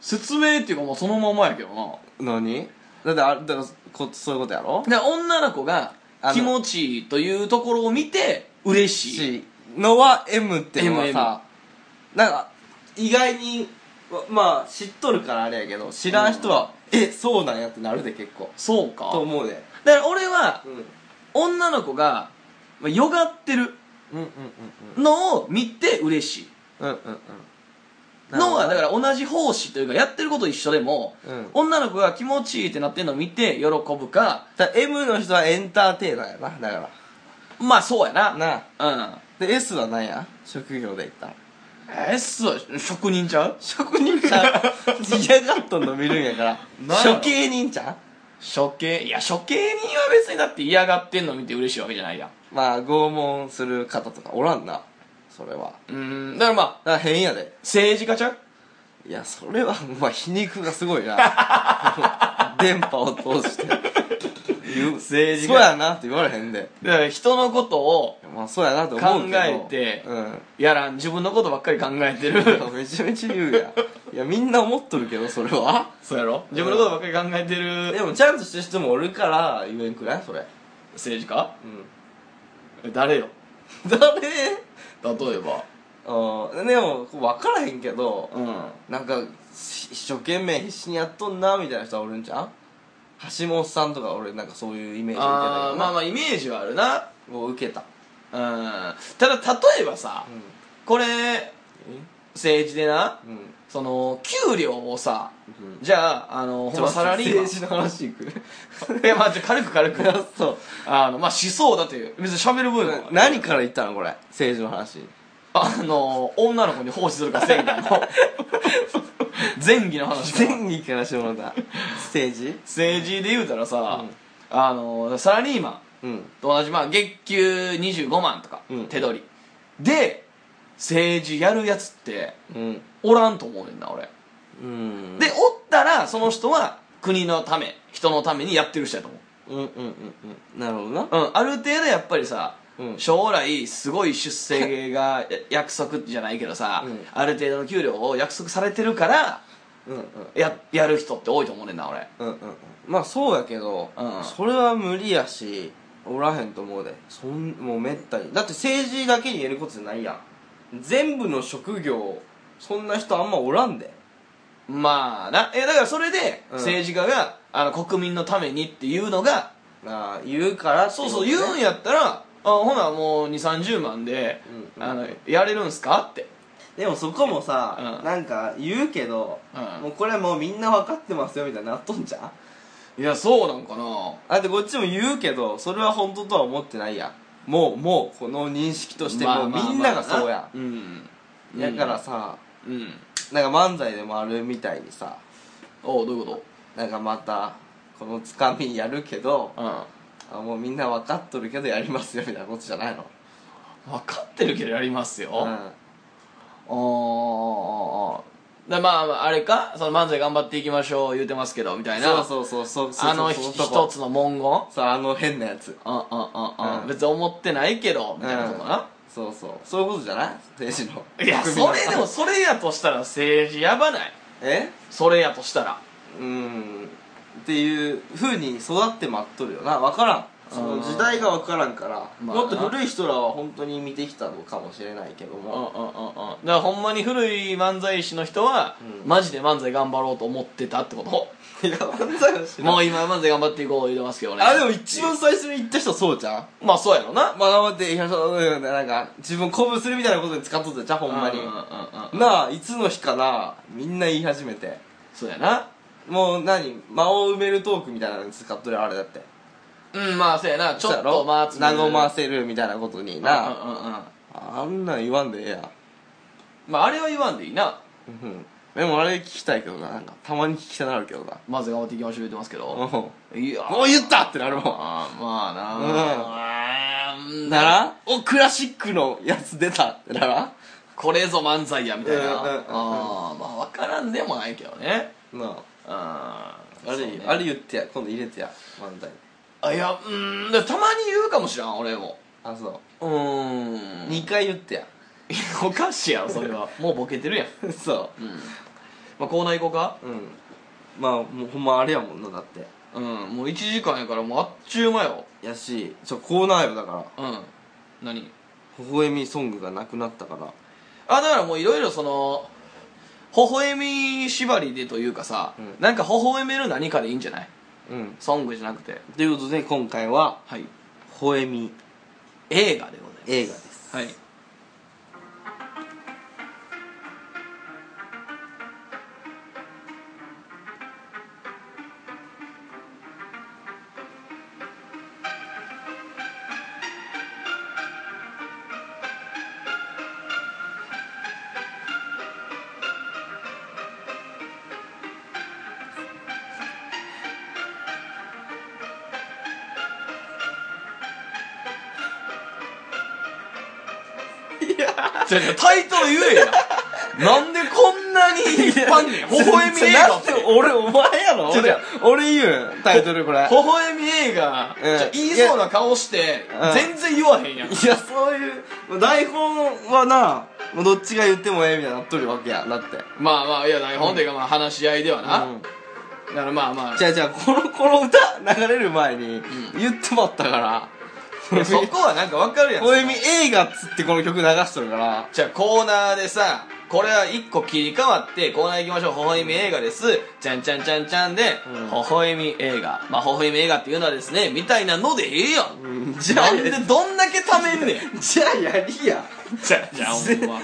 Speaker 1: 説明っていうかもうそのままやけどな
Speaker 2: 何だってあれだからこそういうことやろ
Speaker 1: で女の子が
Speaker 2: あの
Speaker 1: 気持ちいいというところを見て嬉しい
Speaker 2: しのは M ってのはさなんか意外にわまあ知っとるからあれやけど知らん人は、えそうなんやってなるで結構
Speaker 1: そうか
Speaker 2: と思うで
Speaker 1: だから俺は
Speaker 2: うんうん
Speaker 1: 女の子がまあよがってる
Speaker 2: うん
Speaker 1: のを見て嬉しい
Speaker 2: うんうんうんうん
Speaker 1: のはだから同じ奉仕というかやってること一緒でも、
Speaker 2: うん
Speaker 1: 女の子が気持ちいいってなってるのを見て喜ぶか
Speaker 2: だ M の人はエンターテイナーやなだか
Speaker 1: まあそうや
Speaker 2: ら
Speaker 1: な
Speaker 2: なあ
Speaker 1: うん
Speaker 2: で S は何や職業で言ったら
Speaker 1: S は職人ちゃう
Speaker 2: 職人ちゃん嫌がっとんの見るんやから
Speaker 1: なんやろ
Speaker 2: 処刑人ちゃん
Speaker 1: 処刑いや処刑人は別にだって嫌がってんの見て嬉しいわけじゃないやん
Speaker 2: まあ拷問する方とかおらんなそれは
Speaker 1: うーんだからまあ
Speaker 2: だから変やで
Speaker 1: 政治家ちゃう
Speaker 2: いやそれはまあ皮肉がすごいな 電波を通して言う
Speaker 1: 政治
Speaker 2: そう
Speaker 1: が
Speaker 2: やなって言われへんで
Speaker 1: だから人のことを
Speaker 2: まあそうやなと思うけど
Speaker 1: 考えて
Speaker 2: うん
Speaker 1: やらん自分のことばっかり考えてる
Speaker 2: めちゃめちゃ言うやんいやみんな思っとるけどそれは
Speaker 1: そうやろ自分のことばっかり考えて
Speaker 2: で
Speaker 1: る
Speaker 2: もちゃんとしてる人もおるから言えんくないそれ
Speaker 1: 政治家
Speaker 2: うん
Speaker 1: 誰よ
Speaker 2: 誰
Speaker 1: 例えば
Speaker 2: あーでも分からへんけど
Speaker 1: うん
Speaker 2: なんかし一生懸命必死にやっとんなみたいな人はおるんじゃん橋本さんとか俺なんかそういうイメージ受けたけど
Speaker 1: あーまあま
Speaker 2: あ
Speaker 1: あイメージはあるな
Speaker 2: もう受けた
Speaker 1: うんただ例えばさ
Speaker 2: うん
Speaker 1: これ政治でな
Speaker 2: えうん
Speaker 1: その給料をさ
Speaker 2: うん
Speaker 1: じゃああのほんまサラリ ーマン
Speaker 2: ちょっと待って政治の話いく
Speaker 1: いやまあじゃあ軽く軽 く
Speaker 2: そう
Speaker 1: あのまあ思想だという別に喋る分は
Speaker 2: 何から言ったのこれ政治の話
Speaker 1: あの女の子に奉仕するかせんか の前儀の話か
Speaker 2: 前儀からしてもらった政治
Speaker 1: 政治で言うたらさ、あのサラリーマン
Speaker 2: うん
Speaker 1: と同じ、まあ、月給25万とか、
Speaker 2: うん
Speaker 1: 手取りで政治やるやつって
Speaker 2: うん
Speaker 1: おらんと思うねんな俺、
Speaker 2: うん
Speaker 1: でおったらその人は国のため人のためにやってる人やと思う
Speaker 2: うんうんうんうんなるほどな
Speaker 1: うん、ある程度やっぱりさ、
Speaker 2: うん
Speaker 1: 将来すごい出世がや 約束じゃないけどさ、
Speaker 2: うん
Speaker 1: ある程度の給料を約束されてるから
Speaker 2: うんうん
Speaker 1: ややる人って多いと思うねんな俺
Speaker 2: うんうんうんまあそうやけど、
Speaker 1: うんうん
Speaker 2: それは無理やしおらへんと思うでそんもうめったにだって政治だけに言えることじゃないやん全部の職業そんな人あんまおらんで
Speaker 1: まあなえだからそれで
Speaker 2: うん
Speaker 1: 政治家が、あの国民のためにっていうのが
Speaker 2: なあ言うからって
Speaker 1: そ
Speaker 2: いうこと
Speaker 1: そう
Speaker 2: ね
Speaker 1: 言うんやったらあほなもう2三3 0万で、
Speaker 2: うん
Speaker 1: あのやれるんすかって
Speaker 2: でもそこもさ、
Speaker 1: うん
Speaker 2: なんか言うけど、
Speaker 1: うん
Speaker 2: もうこれもうみんな分かってますよみたいになっとんじゃん
Speaker 1: いやそうなんかな
Speaker 2: あでこっちも言うけどそれは本当とは思ってないやんもうもうこの認識として
Speaker 1: まあ
Speaker 2: もう
Speaker 1: まあまあ
Speaker 2: みんながそうや
Speaker 1: うん
Speaker 2: んだからさ、
Speaker 1: うん
Speaker 2: なんか漫才でもあるみたいにさ
Speaker 1: おうどういうこ
Speaker 2: なんかまたこのつかみやるけど
Speaker 1: とうん
Speaker 2: あもうみんな分かっとるけどやりますよみたいなことじゃないの
Speaker 1: 分かってるけどやりますよ、
Speaker 2: う
Speaker 1: あ
Speaker 2: ん
Speaker 1: あだまあまああれかその漫才頑張っていきましょう言うてますけどみたいな
Speaker 2: そうそうそうそうそう
Speaker 1: あの
Speaker 2: そう
Speaker 1: ひ
Speaker 2: そうそう
Speaker 1: 一つの文言
Speaker 2: そうあの変なやつ
Speaker 1: うんうんうんう
Speaker 2: うんん
Speaker 1: 別に思ってないけどみたいなことな、
Speaker 2: そうそうそういうことじゃない政治の
Speaker 1: いや
Speaker 2: 国民
Speaker 1: そ
Speaker 2: の
Speaker 1: れでもそれやとしたら政治やばない
Speaker 2: え
Speaker 1: それやとしたら
Speaker 2: うんっていう風に育って待っとるよな分からんその時代が分からんから、
Speaker 1: まあな
Speaker 2: もっと古い人らは本当に見てきたのかもしれないけど
Speaker 1: うんうんうんう
Speaker 2: も、
Speaker 1: んだからほんまに古い漫才師の人は、
Speaker 2: うん
Speaker 1: マジで漫才頑張ろうと思ってたってこ
Speaker 2: いや漫才は知
Speaker 1: と
Speaker 2: らん
Speaker 1: もう今漫才頑張っていこう言うてますけどね
Speaker 2: あでも一番最初に言った人そうじゃん
Speaker 1: まあそうやろな
Speaker 2: まあ頑張っていきましょううんなんか自分を鼓舞するみたいなことに使っとったじゃんほんまに
Speaker 1: うんうんうんうん
Speaker 2: なあいつの日かなみんな言い始めて
Speaker 1: そうやな
Speaker 2: もう何間を埋めるトークみたいなのに使っとるよあれだって
Speaker 1: うんまあそうやなちょっと回つ
Speaker 2: 名を回
Speaker 1: す
Speaker 2: せるみたいなことに
Speaker 1: な
Speaker 2: な、
Speaker 1: うんうんうん
Speaker 2: あんなん言わんでええやん
Speaker 1: まああれは言わんでいいな
Speaker 2: うんでもあれ聞きたいけどななんかたまに聞きたなるけどな
Speaker 1: まず頑張っていきましょう言ってますけ
Speaker 2: うん
Speaker 1: ど
Speaker 2: も
Speaker 1: いや
Speaker 2: う言ったってなるもん
Speaker 1: あーまあなうん
Speaker 2: ならおクラシックのやつ出たってなら
Speaker 1: これぞ漫才やみたいな
Speaker 2: うんうんうんう
Speaker 1: あ
Speaker 2: ん
Speaker 1: ーまあ分からんでもないけどね
Speaker 2: なあ
Speaker 1: うんあ
Speaker 2: あれ、あれ言ってや今度入れてや漫才
Speaker 1: あいやうんでたまに言うかもしらん俺も
Speaker 2: あそう
Speaker 1: ーん
Speaker 2: 2回言 ってや
Speaker 1: おかしいやろそれはもうボケてるやん、
Speaker 2: そ
Speaker 1: うんまあ、コーナー行こうか
Speaker 2: ううんまあもうほんまあれやもんなだって
Speaker 1: うんもう1時間やからもうあっちゅう間よ
Speaker 2: やしちょコーナーよだから
Speaker 1: うん何
Speaker 2: 微笑みソングがなくなったから
Speaker 1: あだからもういろいろその微笑み縛りでというかさ、
Speaker 2: うん
Speaker 1: なんか微笑める何かでいいんじゃない
Speaker 2: うん
Speaker 1: ソングじゃなくて
Speaker 2: ということで今回は
Speaker 1: はい
Speaker 2: 微笑み
Speaker 1: 映画でございます
Speaker 2: 映画です
Speaker 1: はい じゃあタイトル言えやなんでこんなに引っ張んねん微笑み映画
Speaker 2: なんで俺お前やろ
Speaker 1: 違う違う
Speaker 2: 俺俺言うんタイトルこれ
Speaker 1: 微笑み映画、
Speaker 2: うん
Speaker 1: じゃあ言いそうな顔して、
Speaker 2: うん
Speaker 1: 全然言わへんやん
Speaker 2: いやそういう台本はなもうどっちが言ってもええみたいになっとるわけやだって
Speaker 1: まあまあいや台本っていうかまあ話し合いではな、
Speaker 2: うん
Speaker 1: だからまあまあ
Speaker 2: じゃあじゃあこのこの歌流れる前に言ってもらったから
Speaker 1: いやそこはなんかわかるやん
Speaker 2: おえみ映画っつってこの曲流しとるから
Speaker 1: じゃあコーナーでさこれは一個切り替わってコーナー行きましょう微笑み映画ですちゃんちゃんちゃんちゃんで、
Speaker 2: うん
Speaker 1: 微笑み映画まあ微笑み映画っていうのはですねみたいなのでええやん、
Speaker 2: うん
Speaker 1: じゃあなんでどんだけためんねん
Speaker 2: じゃあやりや
Speaker 1: じゃあじゃあほんま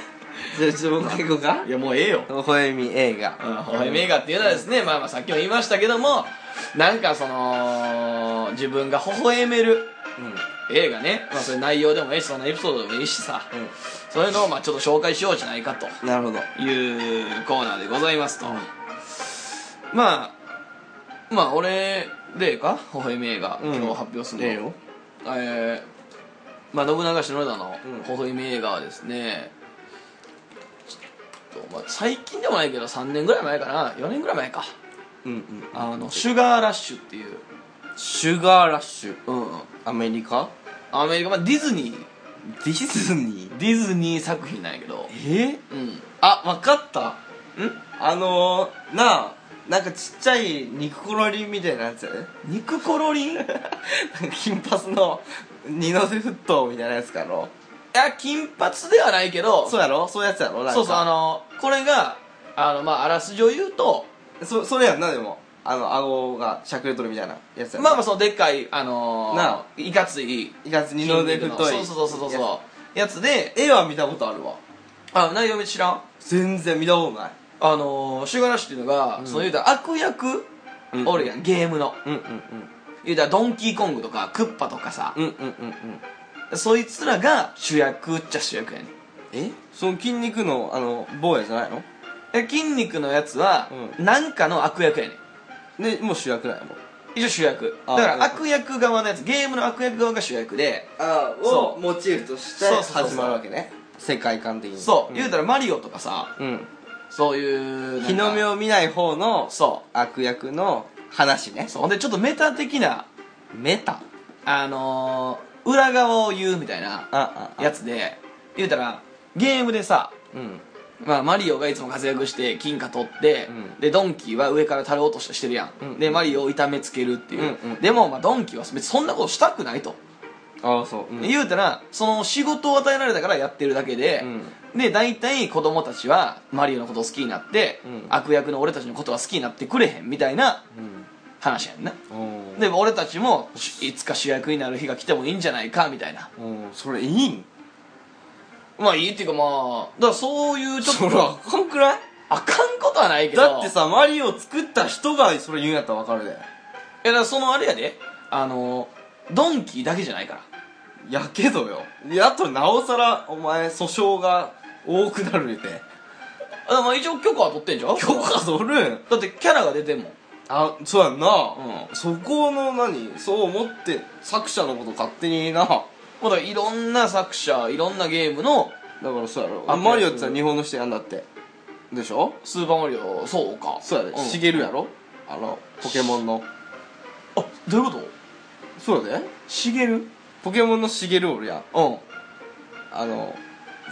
Speaker 2: じゃあちょっともう一回行こうか
Speaker 1: いやもうええよ
Speaker 2: 微笑み映画
Speaker 1: うん微笑み映画っていうのはですね、まあまあさっきも言いましたけどもなんかその自分が微笑める
Speaker 2: うん
Speaker 1: 映画ね、まあ、それ内容でもいいしそんなエピソードでもいいしさ、そういうのをまあちょっと紹介しようじゃないかと
Speaker 2: うんなるほど
Speaker 1: いうコーナーでございますと、まあまあ俺でか微笑み映画、
Speaker 2: うん
Speaker 1: 今日発表するの
Speaker 2: ええよ
Speaker 1: えーまあ、信長篠田の
Speaker 2: うん
Speaker 1: 微笑み映画はですね、ちょっとまあ、最近でもないけど3年ぐらい前かな4年ぐらい前か
Speaker 2: うんうん
Speaker 1: あのシュガーラッシュっていう、
Speaker 2: シュガーラッシュ
Speaker 1: うんうん、
Speaker 2: アメリカ
Speaker 1: アメリカ、まあ、ディズニー
Speaker 2: ディズニー
Speaker 1: ディズニー作品なんやけど、
Speaker 2: え
Speaker 1: うん、
Speaker 2: あわかったあのー、なあなんかちっちゃい肉コロリンみたいなやつやね
Speaker 1: 肉コロリンい
Speaker 2: 金髪の二の瀬沸騰みたいなやつかの
Speaker 1: や金髪ではないけど
Speaker 2: そうやろそういうやつやろなんか
Speaker 1: そうそうあのこれがあの、まあ、あらすじを言うと
Speaker 2: そそれやんなでもあの顎がしゃくれとるみたいなやつやんな
Speaker 1: まあまあそのでっかいあのー
Speaker 2: なあ
Speaker 1: いかつい
Speaker 2: いかつ二の
Speaker 1: で
Speaker 2: 腕太い
Speaker 1: そうそうそうそう
Speaker 2: や
Speaker 1: そうやつで
Speaker 2: 絵は見たことあるわ
Speaker 1: あ内容め知らん
Speaker 2: 全然見たことない
Speaker 1: あのーシュガーラッシュっていうのが、
Speaker 2: うん
Speaker 1: その言うたら悪役
Speaker 2: うん
Speaker 1: おるやんゲームの
Speaker 2: うんうん
Speaker 1: 言うたらドンキーコングとかクッパとかさ、
Speaker 2: うんうんうんうんうん
Speaker 1: そいつらが主役っちゃ主役やねん
Speaker 2: えその筋肉のあの坊やじゃないの
Speaker 1: え筋肉のやつは、
Speaker 2: う
Speaker 1: なんかの悪役やねん
Speaker 2: でもう主役なんやもう
Speaker 1: 一応主役
Speaker 2: あ
Speaker 1: だから
Speaker 2: うん
Speaker 1: 悪役側のやつゲームの悪役側が主役で
Speaker 2: あ
Speaker 1: を
Speaker 2: モチーフとして始まるわけね世界観的に
Speaker 1: そう、
Speaker 2: 言
Speaker 1: 言う
Speaker 2: う
Speaker 1: たらマリオとかさ
Speaker 2: うん
Speaker 1: そういうなんか
Speaker 2: 日の目を見ない方の
Speaker 1: そ
Speaker 2: 悪役の話ね
Speaker 1: うそうほんでちょっとメタ的な
Speaker 2: メタ
Speaker 1: あのー裏側を言うみたいな
Speaker 2: あ
Speaker 1: やつで言うたらゲームでさ
Speaker 2: うん
Speaker 1: まあ、マリオがいつも活躍して金貨取って、
Speaker 2: うん
Speaker 1: でドンキーは上から垂れ落としてしてるやん、
Speaker 2: うん
Speaker 1: でマリオを痛めつけるっていう、
Speaker 2: うんうん
Speaker 1: でも、まあ、ドンキーは別にそんなことしたくないと、
Speaker 2: ああそううん
Speaker 1: 言うたらその仕事を与えられたからやってるだけで、で大体子供たちはマリオのことを好きになって、
Speaker 2: うん
Speaker 1: 悪役の俺たちのことは好きになってくれへんみたいな話やんな
Speaker 2: うん
Speaker 1: で俺たちもしいつか主役になる日が来てもいいんじゃないかみたいな
Speaker 2: うんそれいいん
Speaker 1: まあいいっていうかまあだからそういうちょ
Speaker 2: そ
Speaker 1: っ
Speaker 2: れあ
Speaker 1: と
Speaker 2: かんくらい
Speaker 1: あかんことはないけど
Speaker 2: だってさマリオ作った人がそれ言うんやったらわかるで
Speaker 1: いやだからそのあれやであのドンキーだけじゃないから
Speaker 2: やけどよやっとなおさらお前訴訟が多くなるで
Speaker 1: あでも一応許可は取ってんじゃん
Speaker 2: 許可取るん
Speaker 1: だってキャラが出てんもん
Speaker 2: あそうやんな、
Speaker 1: う
Speaker 2: そこの何そう思って作者のこと勝手になだか
Speaker 1: まあだからいろんな作者いろんなゲームの
Speaker 2: らそうやろ
Speaker 1: あ
Speaker 2: あマリオってさ日本の人やんだってでしょ
Speaker 1: スーパーマリオそうか
Speaker 2: そうやで、
Speaker 1: ん
Speaker 2: しげるやろあのポケモンの
Speaker 1: あどういうこと
Speaker 2: そうやで
Speaker 1: しげる
Speaker 2: ポケモンのしげるおるやん
Speaker 1: うん
Speaker 2: あの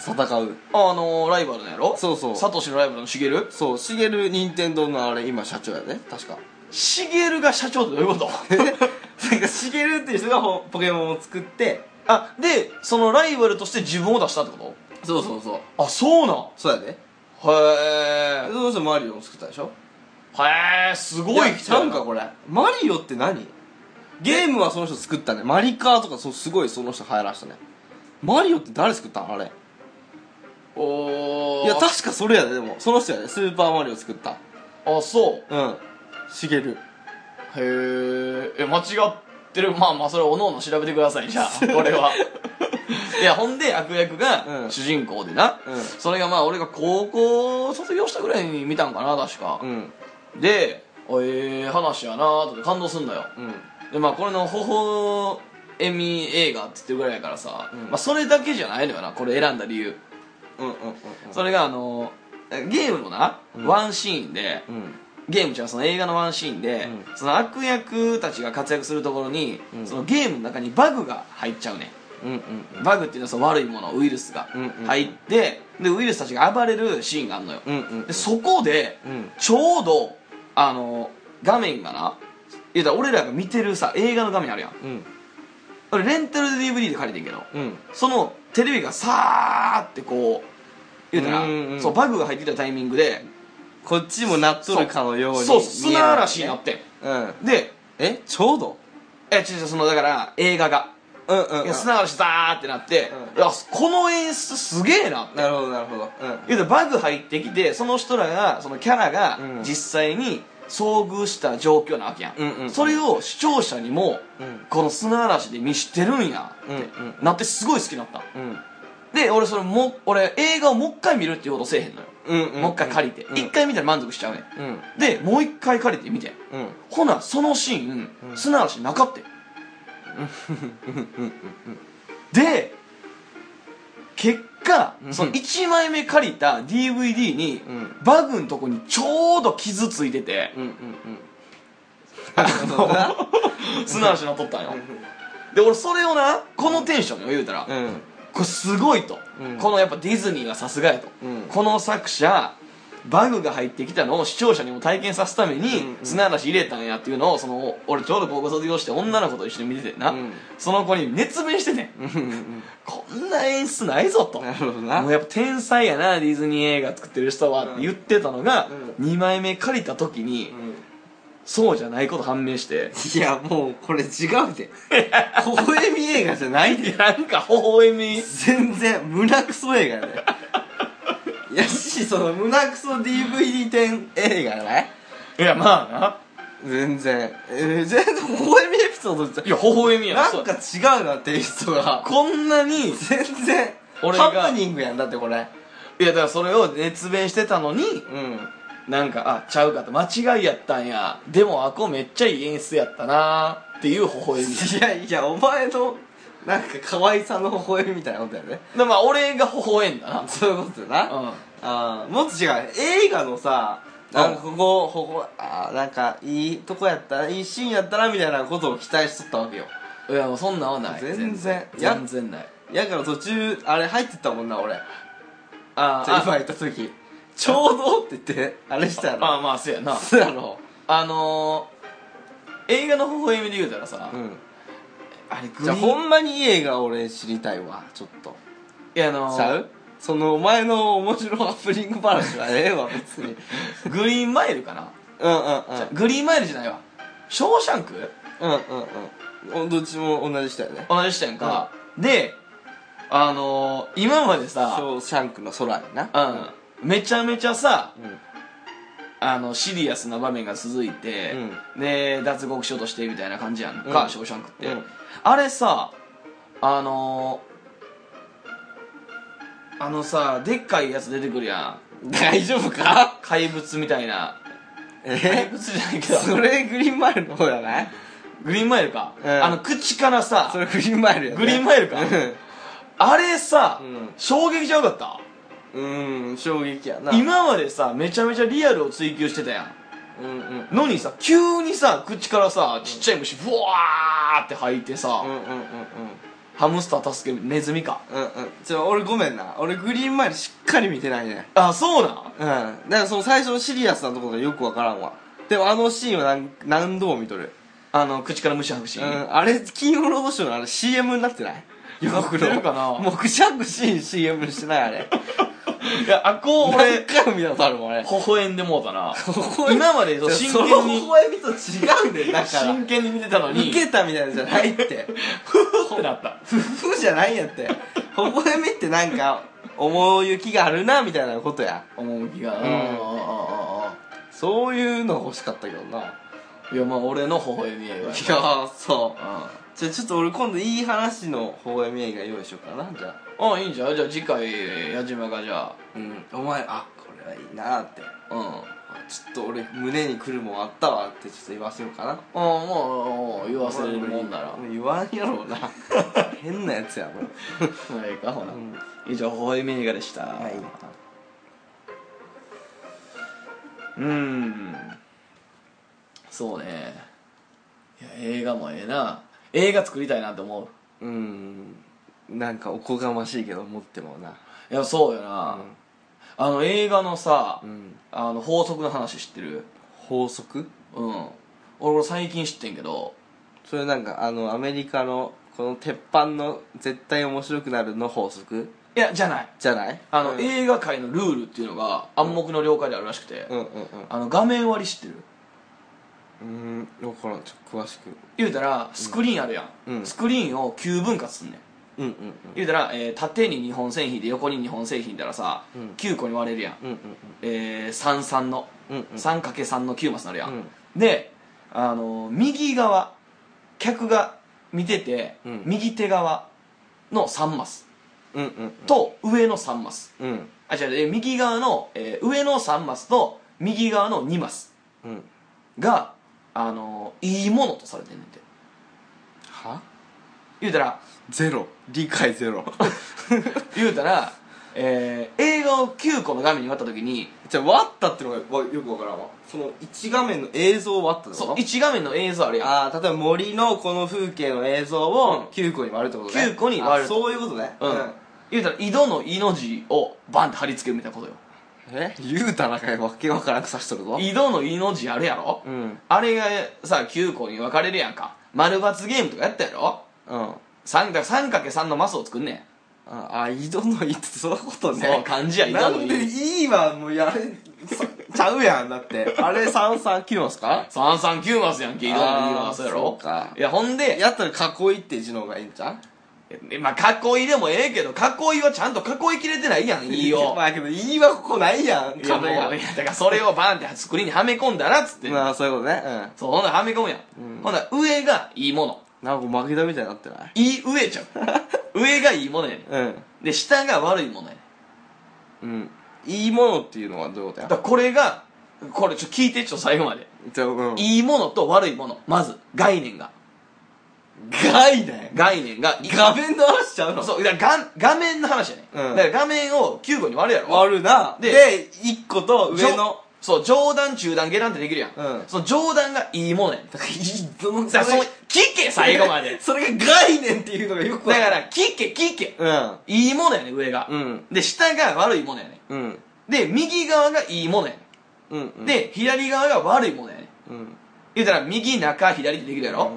Speaker 2: 戦う
Speaker 1: あのライバルのやろ
Speaker 2: そうそう
Speaker 1: サトシのライバルのしげる
Speaker 2: そうしげる任天堂のあれ今社長やで確 か
Speaker 1: しげるが社長ってどういうこと
Speaker 2: なんかしげるっていう人がほポケモンを作って
Speaker 1: あでそのライバルとして自分を出したってこ
Speaker 2: そうそうそう
Speaker 1: とあそうなん
Speaker 2: そうやで
Speaker 1: へえ
Speaker 2: その人マリオを作ったでしょ
Speaker 1: へえすごい
Speaker 2: やちゃうんかこれマリオって何ゲームはその人作ったねマリカーとかそうすごいその人流行らしたねマリオって誰作ったんあれ
Speaker 1: おー
Speaker 2: いや確かそれやででもその人やでスーパーマリオ作った
Speaker 1: あそう
Speaker 2: うんしげる
Speaker 1: へーえ間違ってる まあまあそれおのおの調べてくださいじゃあこれはいやほんで悪役
Speaker 2: う
Speaker 1: が
Speaker 2: ん
Speaker 1: 主人公でな、
Speaker 2: うん
Speaker 1: それがまあ俺が高校卒業したぐらいに見たんかな確か、
Speaker 2: ん
Speaker 1: であええ話やなーって感動すんだよ
Speaker 2: うん
Speaker 1: でまあこれの「ほほ笑み映画」っつってるぐらいやからさ、
Speaker 2: うん
Speaker 1: まあ、それだけじゃないのよなこれ選んだ理由
Speaker 2: うんうんうん
Speaker 1: それがあのゲームのな、ワンシーンで、
Speaker 2: うん
Speaker 1: ゲームじゃうその映画のワンシーンで、
Speaker 2: う
Speaker 1: その悪役たちが活躍するところに、
Speaker 2: うん
Speaker 1: そのゲームの中にバグが入っちゃうね
Speaker 2: うんうん
Speaker 1: バグっていうのはその悪いものウイルスが
Speaker 2: うんうん
Speaker 1: 入って、でウイルスたちが暴れるシーンがあるのよ、
Speaker 2: うんうん
Speaker 1: でそこで、
Speaker 2: うん
Speaker 1: ちょうどあの画面がな言うたら俺らが見てるさ映画の画面あるやん
Speaker 2: うん
Speaker 1: 俺レンタル DVD で借りてんけど
Speaker 2: うん
Speaker 1: そのテレビがさーってこう言うたら
Speaker 2: うんうんうん
Speaker 1: そうバグが入ってたタイミングで
Speaker 2: こっちもなっとるかのように
Speaker 1: そう砂嵐になって
Speaker 2: うん
Speaker 1: んで
Speaker 2: えちょうど
Speaker 1: え違う違うそのだから映画が
Speaker 2: うんうんうん
Speaker 1: いや砂嵐ザーってなって、いやこの演出すげえなって
Speaker 2: なるほどなるほどうん
Speaker 1: 言うたらバグ入ってきてその人らがそのキャラが
Speaker 2: うん
Speaker 1: 実際に遭遇した状況なわけやん,、
Speaker 2: うんうんうん
Speaker 1: それを視聴者にも、
Speaker 2: うん
Speaker 1: この砂嵐で見してるんやって、
Speaker 2: うんうん
Speaker 1: なってすごい好きになった
Speaker 2: うん
Speaker 1: で俺それも俺映画をもう一回見るっていうことせえへんのよ、
Speaker 2: うんうんうん
Speaker 1: もう一回借りて
Speaker 2: うん
Speaker 1: 一、回見たら満足しちゃうねん
Speaker 2: うん
Speaker 1: でもう一回借りて見て
Speaker 2: うん
Speaker 1: ほなそのシーン、
Speaker 2: うん
Speaker 1: 砂嵐なかったよで結果
Speaker 2: うん
Speaker 1: その1枚目借りた DVD に、
Speaker 2: うん
Speaker 1: バグのとこにちょうど傷ついてて、
Speaker 2: うんうんうんなるほどな
Speaker 1: 砂嵐なっとったんよ、で俺それをなこのテンションよ言うたら、
Speaker 2: うん
Speaker 1: これすごいと、
Speaker 2: うん
Speaker 1: このやっぱディズニーはさすがやと、
Speaker 2: うん
Speaker 1: この作者バグが入ってきたのを視聴者にも体験させるために、
Speaker 2: うんうん
Speaker 1: 砂嵐入れたんやっていうのをその俺ちょうど高校卒業して女の子と一緒に見ててな、
Speaker 2: うん
Speaker 1: その子に熱弁してね
Speaker 2: うんうん
Speaker 1: こんな演出ないぞと
Speaker 2: うんなるほど
Speaker 1: も
Speaker 2: な
Speaker 1: うやっぱ天才やなディズニー映画作ってる人はって言ってたのが、
Speaker 2: う
Speaker 1: 2枚目借りた時に、
Speaker 2: うん
Speaker 1: そうじゃないこと判明して
Speaker 2: いやもうこれ違うで微笑み映画じゃないで
Speaker 1: なんか微笑み
Speaker 2: 全然胸クソ映画やねいやしその胸クソ DVD 展映画やない
Speaker 1: いやまあ
Speaker 2: 全然、えー、全然微笑みエピソードじ
Speaker 1: ないや微笑みや
Speaker 2: ゃな
Speaker 1: そ
Speaker 2: ん
Speaker 1: う
Speaker 2: か違うなテイストが
Speaker 1: こんなに
Speaker 2: 全然
Speaker 1: 俺が
Speaker 2: ハプニングやんだってこれ
Speaker 1: いやだからそれを熱弁してたのに
Speaker 2: うん
Speaker 1: なんかあちゃうかと間違いやったんやでもあこめっちゃいい演出やったなっていう微笑み
Speaker 2: いやいやお前のなんか可愛さの微笑みみたいなことやね
Speaker 1: でまあ俺が微笑んだな
Speaker 2: そういうことだな、
Speaker 1: うん
Speaker 2: あーもっと違う映画のさなんかここここあーなんかいいとこやったないいシーンやったなみたいなことを期待しとったわけよ
Speaker 1: いやもうそんなんはない
Speaker 2: 全然や
Speaker 1: 全然ない
Speaker 2: やから途中あれ入ってったもんな俺
Speaker 1: あ
Speaker 2: じゃあ今
Speaker 1: あ
Speaker 2: 行った時ちょうどって言ってあれしたや
Speaker 1: ま
Speaker 2: ろ
Speaker 1: あまあそうやな
Speaker 2: そうやろ
Speaker 1: あのー、映画の微笑みで言うたらさ、
Speaker 2: うん
Speaker 1: あれグ
Speaker 2: じ
Speaker 1: リ
Speaker 2: ゃあほ
Speaker 1: ーン
Speaker 2: んまにいい映画俺知りたいわちょっと
Speaker 1: いやあの
Speaker 2: ちゃ
Speaker 1: ー、
Speaker 2: うそのお前の面白ハプニング話はええわ別 に
Speaker 1: グリーンマイルかな、
Speaker 2: うんうん
Speaker 1: じゃグリーンマイルじゃないわ「ショーシャンク
Speaker 2: うんうんうんうんどっちも同じ人やね」
Speaker 1: 同じ人やんか、であのー、今まで
Speaker 2: シ
Speaker 1: さ
Speaker 2: ョーシャンクの空やな
Speaker 1: うんめちゃめちゃさ
Speaker 2: うん
Speaker 1: あのシリアスな場面が続いて、で脱獄しようとしてみたいな感じやんか、
Speaker 2: うん
Speaker 1: ショーシャンクって、
Speaker 2: うん
Speaker 1: あれさあのー、あのさでっかいやつ出てくるやん
Speaker 2: 大丈夫か
Speaker 1: 怪物みたいな怪
Speaker 2: え
Speaker 1: 物じゃないけど
Speaker 2: それグリーンマイルの方やない
Speaker 1: グリーンマイルか、
Speaker 2: うん
Speaker 1: あの口からさ
Speaker 2: それグリーンマイルやね
Speaker 1: グリーンマイルかあれさ、
Speaker 2: うん
Speaker 1: 衝撃じゃなかった
Speaker 2: うんうん衝撃やな
Speaker 1: 今までさめちゃめちゃリアルを追求してたやん
Speaker 2: うんうんうん
Speaker 1: のにさ急にさ口からさちっちゃい虫ブワーって吐いてさ、
Speaker 2: うんうんうん
Speaker 1: ハムスター助けるネズミか
Speaker 2: うんうんちょ俺ごめんな俺グリーンマイルしっかり見てないね
Speaker 1: あそうなん
Speaker 2: うんだからその最初のシリアスなところがよくわからんわでもあのシーンは何何度も見とる
Speaker 1: あの口から虫吐くシ
Speaker 2: う
Speaker 1: ーン、
Speaker 2: んあれ金曜ロードショーのあれ CM になってない
Speaker 1: なってるかな
Speaker 2: もうくしゃくしい CM にしてないあれ
Speaker 1: いやあこう
Speaker 2: 俺
Speaker 1: 俺
Speaker 2: 何回も見たことあるもんあれ
Speaker 1: 微笑んでもうたな
Speaker 2: 笑
Speaker 1: 今までそう真
Speaker 2: その
Speaker 1: 剣
Speaker 2: 微
Speaker 1: に
Speaker 2: 笑みと違うねんだから
Speaker 1: 真剣に見てたのに
Speaker 2: ウケたみたいなんじゃないって
Speaker 1: ふふってなった
Speaker 2: ふふじゃないんやって微笑みってなんか思う行きがあるなみたいなことや
Speaker 1: 趣が、
Speaker 2: うん
Speaker 1: あああ
Speaker 2: そういうの欲しかったけどない
Speaker 1: やまあ俺の微笑み映画
Speaker 2: いや
Speaker 1: や
Speaker 2: ーそう
Speaker 1: あ
Speaker 2: じゃあちょっと俺今度いい話の微笑み映画用意しようかなじゃあ
Speaker 1: ああいいんじゃんじゃあ次回矢島がじゃ
Speaker 2: うんお前あこれはいいなーって
Speaker 1: あうん
Speaker 2: あちょっと俺胸にくるもんあったわってちょっと言わせようかな
Speaker 1: ああもう言わせるもんなら
Speaker 2: もう言わんや ろうな変なやつやこれ
Speaker 1: まあいいかほな
Speaker 2: うん
Speaker 1: 以上微笑み映画でした
Speaker 2: はい
Speaker 1: うんそうねいや映画もええな映画作りたいなって思う
Speaker 2: うんなんかおこがましいけど持ってもない
Speaker 1: やそうよな、あの映画のさ、
Speaker 2: うん
Speaker 1: あの法則の話知ってる
Speaker 2: 法則
Speaker 1: うん俺これ最近知ってんけど
Speaker 2: それなんかあのアメリカのこの鉄板の絶対面白くなるの法則
Speaker 1: いやじゃない
Speaker 2: じゃない
Speaker 1: あの、
Speaker 2: うん
Speaker 1: 映画界のルールっていうのが暗黙の了解であるらしくて、
Speaker 2: うんうん
Speaker 1: あの画面割り知ってる
Speaker 2: うんうーん分からんちょっと詳しく
Speaker 1: 言うたらスクリーンあるやん、
Speaker 2: うん
Speaker 1: スクリーンを9分割すんねん
Speaker 2: うんうん
Speaker 1: 言うたら、えー縦に2本線引いて横に2本線引いたらさ、
Speaker 2: うん
Speaker 1: 9個に割れるやん、
Speaker 2: うんうん
Speaker 1: えー、33の、
Speaker 2: うんうん
Speaker 1: 3×3 の9マスになるやん、
Speaker 2: うん
Speaker 1: であの右側客が見てて、
Speaker 2: うん
Speaker 1: 右手側の3マス
Speaker 2: うんうん
Speaker 1: と上の3マス
Speaker 2: うんうん
Speaker 1: あ違うえー右側の、えー上の3マスと右側の2マス
Speaker 2: うん
Speaker 1: があのいいものとされてんねんて
Speaker 2: は
Speaker 1: 言うたら
Speaker 2: ゼロ理解ゼ ロ
Speaker 1: 言うたら、えー映画を9個の画面に割った時に
Speaker 2: じゃあ割ったってのがわよく分からんわその1画面の映像を割ったって
Speaker 1: そう
Speaker 2: こと
Speaker 1: 1画面の映像あるやん
Speaker 2: ああ例えば森のこの風景の映像
Speaker 1: うん
Speaker 2: を9個に割るってことね
Speaker 1: 9個に割る
Speaker 2: あそういうことね
Speaker 1: うん言うたら井戸の「井」の字をバンって貼り付けるみたいなことよ
Speaker 2: え言うたらかいわけわからなくさしとるぞ
Speaker 1: 井戸の「井」の字あるやろ、
Speaker 2: うん
Speaker 1: あれがさ9個に分かれるやんか丸×ゲームとかやったやろ
Speaker 2: うん
Speaker 1: 三角 3×3 のマスを作んね
Speaker 2: ああ井戸の井ってそういうこと
Speaker 1: ん
Speaker 2: ね
Speaker 1: そう漢字や井戸
Speaker 2: な
Speaker 1: の
Speaker 2: んで
Speaker 1: 井
Speaker 2: いいわもうやれさちゃうやんだってあれ三三切りますか
Speaker 1: 339マスやんけ井戸の井
Speaker 2: あ
Speaker 1: は
Speaker 2: ー
Speaker 1: そうやろ
Speaker 2: そうか
Speaker 1: いやほんで
Speaker 2: やったら囲いって字の方がいいんちゃう
Speaker 1: えまあ囲いでもええけど囲いはちゃんと囲いきれてないやんいいよ
Speaker 2: まあけど いいわここないやん
Speaker 1: いやもうい
Speaker 2: 壁が
Speaker 1: やだからそれをバンってスクリーンにはめ込んだらっつって、
Speaker 2: まあそういうことねうん
Speaker 1: そうほんならはめ込むやん、ほんなら上がいいもの
Speaker 2: なんか負けたみたいになってない
Speaker 1: いい上ちゃう上がいいものやね
Speaker 2: うん
Speaker 1: んで下が悪いものやねん
Speaker 2: うんいいものっていうのはどういうこと
Speaker 1: だ
Speaker 2: や
Speaker 1: からこれがこれちょっと聞いてちょっと最後まで
Speaker 2: じゃあうん
Speaker 1: いいものと悪いものまず概念が
Speaker 2: 害だよ
Speaker 1: 概念が
Speaker 2: 画面の話しちゃうの
Speaker 1: そうだからが画面の話やね、
Speaker 2: うん
Speaker 1: だから画面を9個に割るやろ
Speaker 2: 割るな
Speaker 1: で
Speaker 2: で一個と上の
Speaker 1: そう上段中段下段ってできるやん、
Speaker 2: うん
Speaker 1: その上段がいいものやねん
Speaker 2: だからいいどの
Speaker 1: だからその聞け最後まで
Speaker 2: それが概念っていうのがよく
Speaker 1: だ
Speaker 2: わ
Speaker 1: から聞け聞け
Speaker 2: ら
Speaker 1: いいものやねん上が、
Speaker 2: うんうん
Speaker 1: で下が悪いものやね
Speaker 2: うん
Speaker 1: んで右側がいいものやね
Speaker 2: うん
Speaker 1: ん、
Speaker 2: うん
Speaker 1: で左側が悪いものやねん
Speaker 2: うん
Speaker 1: 言うたら右中左ってできるやろ、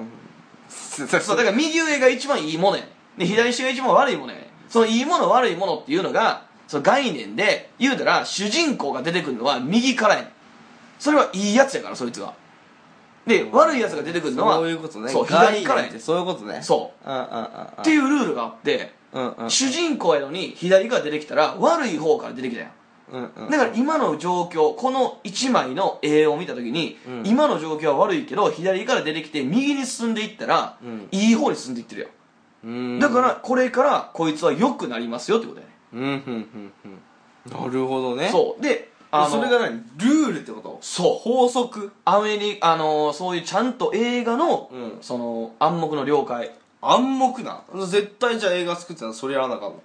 Speaker 2: そ
Speaker 1: そううだから右上が一番いいものやねんで左下が一番悪いものやねんそのいいもの悪いものっていうのがその概念で言うたら主人公が出てくるのは右からやねんそれはいいやつやからそいつがで悪いやつが出てくるのは
Speaker 2: そういうことね
Speaker 1: そう左からや
Speaker 2: 概念
Speaker 1: ね
Speaker 2: っ
Speaker 1: ん
Speaker 2: て
Speaker 1: っ
Speaker 2: そういうことね
Speaker 1: そう
Speaker 2: うんうんうん
Speaker 1: ていうルールがあって
Speaker 2: うんうん
Speaker 1: 主人公やのに左が出てきたら悪い方から出てきたやん
Speaker 2: うんうん
Speaker 1: だから今の状況この1枚の絵を見た時に、
Speaker 2: うん
Speaker 1: 今の状況は悪いけど左から出てきて右に進んでいったら、
Speaker 2: うん
Speaker 1: いい方に進んでいってるよ、
Speaker 2: うん
Speaker 1: だからこれからこいつは良くなりますよってことやね
Speaker 2: うんうんうんうんなるほどねう
Speaker 1: そうであの
Speaker 2: それが何ルールってこと
Speaker 1: そう
Speaker 2: 法則
Speaker 1: アメリカあのーそういうちゃんと映画の、
Speaker 2: うん
Speaker 1: その暗黙の了解
Speaker 2: 暗黙な絶対じゃあ映画作ってたらそれやらなあかんの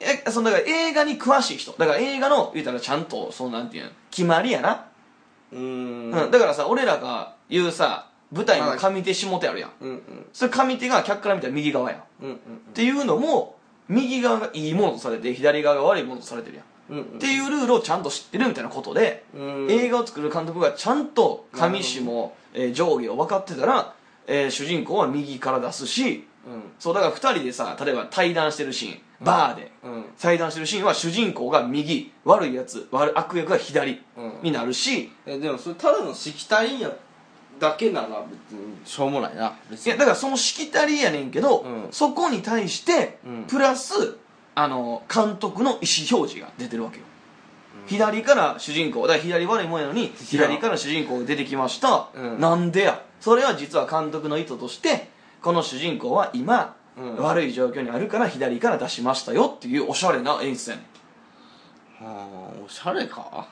Speaker 1: えそのだから映画に詳しい人だから映画の言うたらちゃんとそのなんていうの決まりやな、
Speaker 2: うーん
Speaker 1: うんだからさ俺らが言うさ舞台の上手下手あるやん
Speaker 2: うんうん
Speaker 1: それ上手が客から見たら右側やん
Speaker 2: うんうん
Speaker 1: っていうのも右側がいいものとされて左側が悪いものとされてるやん、
Speaker 2: うんうん
Speaker 1: っていうルールをちゃんと知ってるみたいなことで、
Speaker 2: うん
Speaker 1: 映画を作る監督がちゃんと上下も、えー上下を分かってたら、えー主人公は右から出すし
Speaker 2: うん
Speaker 1: そうだから2人でさ例えば対談してるシーンバーで、
Speaker 2: うん
Speaker 1: 対談してるシーンは主人公が右悪いやつ悪悪役が左
Speaker 2: うん
Speaker 1: になるし、
Speaker 2: えでもそれただのしきたりやだけなら別にしょうもないな別
Speaker 1: いやだからそのしきたりやねんけど、
Speaker 2: うん
Speaker 1: そこに対して、
Speaker 2: うん
Speaker 1: プラスあの監督の意思表示が出てるわけよ、左から主人公だから左悪いもんやのに左から主人公が出てきました、
Speaker 2: うん
Speaker 1: なんでやそれは実は監督の意図としてこの主人公は今、
Speaker 2: うん
Speaker 1: 悪い状況にあるから左から出しましたよっていうおしゃれな演出やね
Speaker 2: はあおしゃれか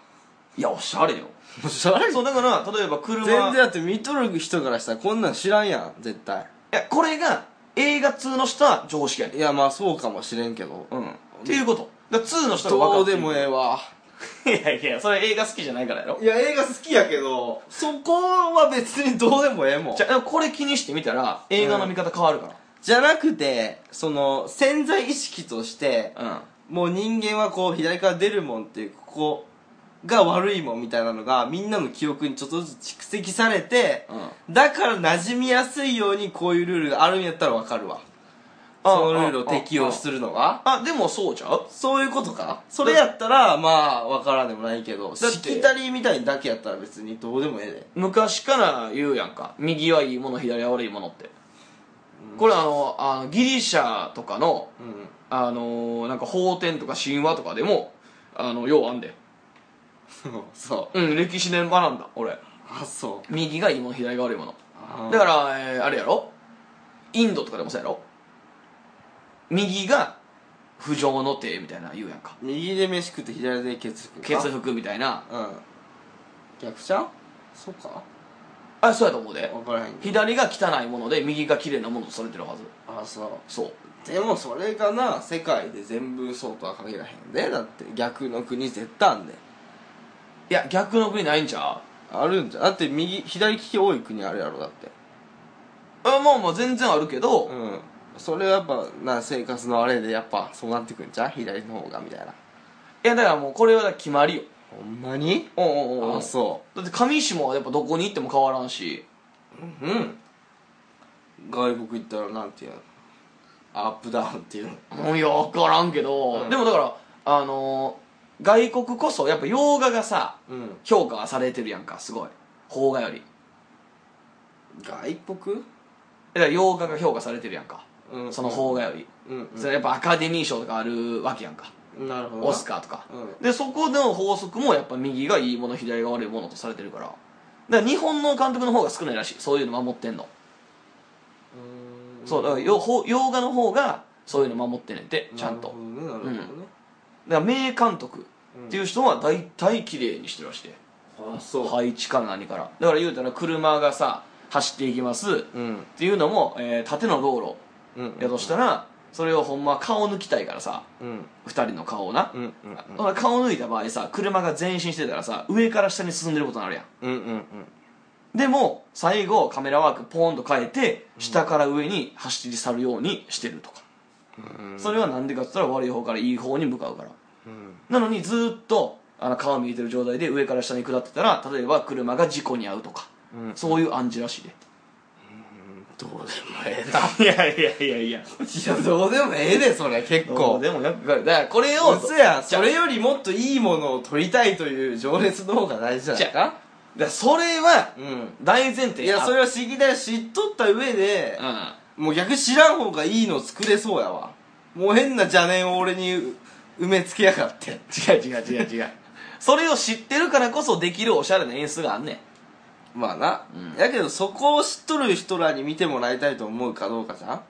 Speaker 1: んいやおしゃれよ
Speaker 2: おしゃれ
Speaker 1: そうだから例えば車
Speaker 2: 全然だって見とる人からしたらこんなん知らんやん絶対
Speaker 1: いやこれが映画通の人は常識やねん
Speaker 2: いやまあそうかもしれんけど
Speaker 1: うんっていうことだから通の人が分か
Speaker 2: ど
Speaker 1: っ
Speaker 2: う
Speaker 1: て
Speaker 2: で
Speaker 1: る
Speaker 2: もええわ
Speaker 1: いやいやそれ映画好きじゃないからやろ
Speaker 2: いや映画好きやけどそこは別にどうでもええもん
Speaker 1: じゃあでもこれ気にしてみたら映画の見方変わるか
Speaker 2: じゃなくてその潜在意識として
Speaker 1: らうん、
Speaker 2: もう人間はこう左から出るもんっていうここが悪いもんみたいなのがみんなの記憶にちょっとずつ蓄積されて、だから馴染みやすいようにこういうルールがあるんやったらわかるわそのルールを適用するのが
Speaker 1: あでもそうじゃう
Speaker 2: そういうことかそれやったらまあわからんでもないけど
Speaker 1: だって
Speaker 2: しきたりみたいだけやったら別にどうでもええで
Speaker 1: 昔から言うやんか右はいいもの左は悪いものって、これあのあのギリシャとかの
Speaker 2: うん
Speaker 1: あのーなんか法典とか神話とかでもあのようあんで
Speaker 2: そう
Speaker 1: うん歴史で学んだ俺
Speaker 2: あそう
Speaker 1: 右がいいもの左が悪いものだ
Speaker 2: だか
Speaker 1: からら、えーあれやろインドとかでもそうやろ右が不浄の手みたいなの言うやんか
Speaker 2: 右で飯食って左で血服
Speaker 1: 血服みたいな
Speaker 2: うん逆ちゃんそうか
Speaker 1: あそうやと思うで
Speaker 2: 分からへんけど
Speaker 1: 左が汚いもので右が綺麗なものとされてるはず
Speaker 2: あそ
Speaker 1: そう
Speaker 2: うでもそれがな世界で全部そうとは限らへんでだって逆の国絶対あんで
Speaker 1: いや逆の国ないんちゃ
Speaker 2: あるんじゃだって右左利き多い国あるやろだって
Speaker 1: うあまあまあ全然あるけど、
Speaker 2: うんそれはやっぱな生活のあれでやっぱそうなってくんじゃう左の方がみたいない
Speaker 1: やだからもうこれは決まりよ
Speaker 2: ほんまに
Speaker 1: おうんうんうん
Speaker 2: あそ
Speaker 1: だって上下はやっぱどこに行っても変わらんし
Speaker 2: ううん外国行ったらなんていうのアップダウンっていうの
Speaker 1: うんいや分からんけど、
Speaker 2: うん
Speaker 1: でもだからあのー外国こそやっぱ洋画がさ
Speaker 2: うん
Speaker 1: 評価はされてるやんかすごい邦画より
Speaker 2: 外国
Speaker 1: だから洋画が評価されてるやんか、
Speaker 2: うん
Speaker 1: その邦画より、
Speaker 2: うん、うん
Speaker 1: それやっぱアカデミー賞とかあるわけやんか、
Speaker 2: なるほど
Speaker 1: オスカーとか、
Speaker 2: う
Speaker 1: でそこでの法則もやっぱ右がいいもの左が悪いものとされてるからだから日本の監督の方が少ないらしいそういうの守ってんの、
Speaker 2: う
Speaker 1: そうだからよほ洋画の方がそういうの守ってねんてちゃんと
Speaker 2: なるほどねなるほどね、
Speaker 1: だから名監督っていう人は大体綺麗にしてるらしいで
Speaker 2: あそ
Speaker 1: 配置から何からだから言うたら車がさ走っていきます、っ
Speaker 2: うん
Speaker 1: ていうのも、えー縦の道
Speaker 2: うん
Speaker 1: 路やとしたらそれをほんま顔抜きたいからさ
Speaker 2: うん
Speaker 1: 2人の顔をな、
Speaker 2: うん
Speaker 1: ほら顔抜いた場合さ車が前進してたらさ上から下に進んでることになるやん
Speaker 2: うんうんうん
Speaker 1: でも最後カメラワークポーンと変えて下から上に走り去るようにしてるとか、それはなんでかって言ったら悪い方からいい方に向かうから
Speaker 2: うん
Speaker 1: なのにずーっとあの川見えてる状態で上から下に下ってたら例えば車が事故に遭うとか、
Speaker 2: うん
Speaker 1: そういう暗示らしいで
Speaker 2: どうでもええな
Speaker 1: いやいやいやいや
Speaker 2: いやどうでもええでそれ結
Speaker 1: こ
Speaker 2: 構
Speaker 1: うでもよくわかるだからこれを
Speaker 2: 嘘やそれよりもっといいものを取りたいという情熱の方が大事じゃない
Speaker 1: じ
Speaker 2: か
Speaker 1: だからそれは
Speaker 2: うん
Speaker 1: 大前提
Speaker 2: いやそ
Speaker 1: れ
Speaker 2: れは知りたい知っとった上で
Speaker 1: うん
Speaker 2: もう逆に知らん方がいいの作れそうやわもう変な邪念を俺にう埋めつけやがって
Speaker 1: 違う違う違う違うそれを知ってるからこそできるおしゃれな演出があんねん
Speaker 2: まあな、
Speaker 1: うん
Speaker 2: やけどそこを知っとる人らに見てもらいたいと思うかどうかじゃん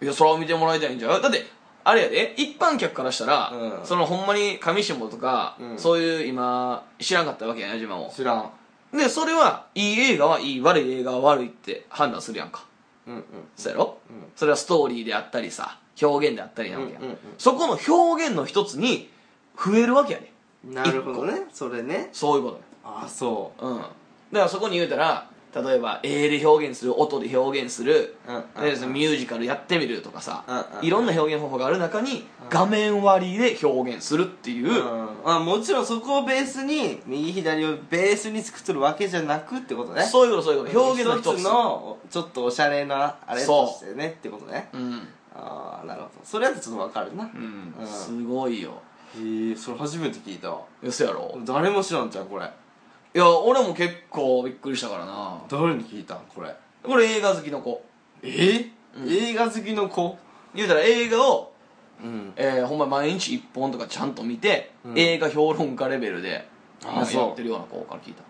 Speaker 1: いやそれを見てもらいたいんじゃうだってあれやで一般客からしたら、
Speaker 2: うん
Speaker 1: そのほんまに上下とか、
Speaker 2: うん
Speaker 1: そういう今知らんかったわけやな自分を
Speaker 2: 知らん
Speaker 1: でそれはいい映画はいい悪い映画は悪いって判断するやんか
Speaker 2: うんうん
Speaker 1: そうやろ、
Speaker 2: うん
Speaker 1: それはストーリーであったりさ表現であったりなわけや、
Speaker 2: うんうんうん
Speaker 1: そこの表現の一つに増えるわけやで
Speaker 2: なるほどねそれね
Speaker 1: そういうこと
Speaker 2: ああそ
Speaker 1: うんだからそこに言うたら例えば絵で表現する音で表現する、
Speaker 2: うんうんうん
Speaker 1: でそのミュージカルやってみるとかさ、
Speaker 2: うんうん
Speaker 1: いろんな表現方法がある中に、
Speaker 2: うん
Speaker 1: 画面割りで表現するっていう、
Speaker 2: ううん、あもちろんそこをベースに右左をベースに作っとるわけじゃなくってことね
Speaker 1: そういうことそういうこと表現の一つ
Speaker 2: つのちょっとおしゃれなあれ
Speaker 1: そう
Speaker 2: としてねってことね
Speaker 1: うん、
Speaker 2: ああなるほどそれやとちょっとわかるな、
Speaker 1: う
Speaker 2: へ
Speaker 1: ん
Speaker 2: うん
Speaker 1: すごいよ
Speaker 2: えそれ初めて聞いたわ
Speaker 1: 嘘やろ、
Speaker 2: 誰も知らんじゃんこれ
Speaker 1: いや俺も結構びっくりしたからな
Speaker 2: 誰に聞いたんこれ
Speaker 1: これ映画好きの子
Speaker 2: え、映画好きの子
Speaker 1: 言うたら映画を、
Speaker 2: うん
Speaker 1: えーほんま毎日一本とかちゃんと見て、
Speaker 2: うん
Speaker 1: 映画評論家レベルで
Speaker 2: あ
Speaker 1: なんか
Speaker 2: そう
Speaker 1: やってるような子から聞いた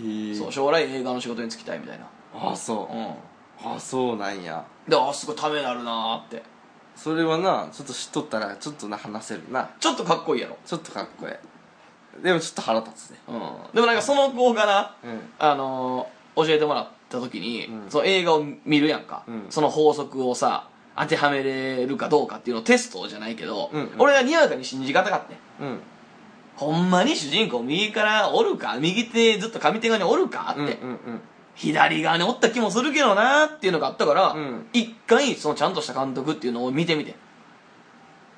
Speaker 2: えー
Speaker 1: そう将来映画の仕事に就きたいみたいな
Speaker 2: あそううんあそうなんや
Speaker 1: であすごいためになるなーって
Speaker 2: それはなちょっと知っとったらちょっとな話せるな
Speaker 1: ちょっとかっこいいやろ
Speaker 2: ちょっとかっこええでもちょっと腹立つね
Speaker 1: うんでもなんかその子から、
Speaker 2: うん
Speaker 1: あのー教えてもらった時に、
Speaker 2: うん
Speaker 1: その映画を見るやんか、
Speaker 2: うん
Speaker 1: その法則をさ当てはめれるかどうかっていうのをテストじゃないけど、
Speaker 2: うん
Speaker 1: 俺がにわかに信じがたかったね
Speaker 2: うん
Speaker 1: ほんまに主人公右からおるか右手ずっと上手側におるかって、
Speaker 2: うんうん
Speaker 1: 左側におった気もするけどなっていうのがあったから、
Speaker 2: うん
Speaker 1: 一回そのちゃんとした監督っていうのを見てみて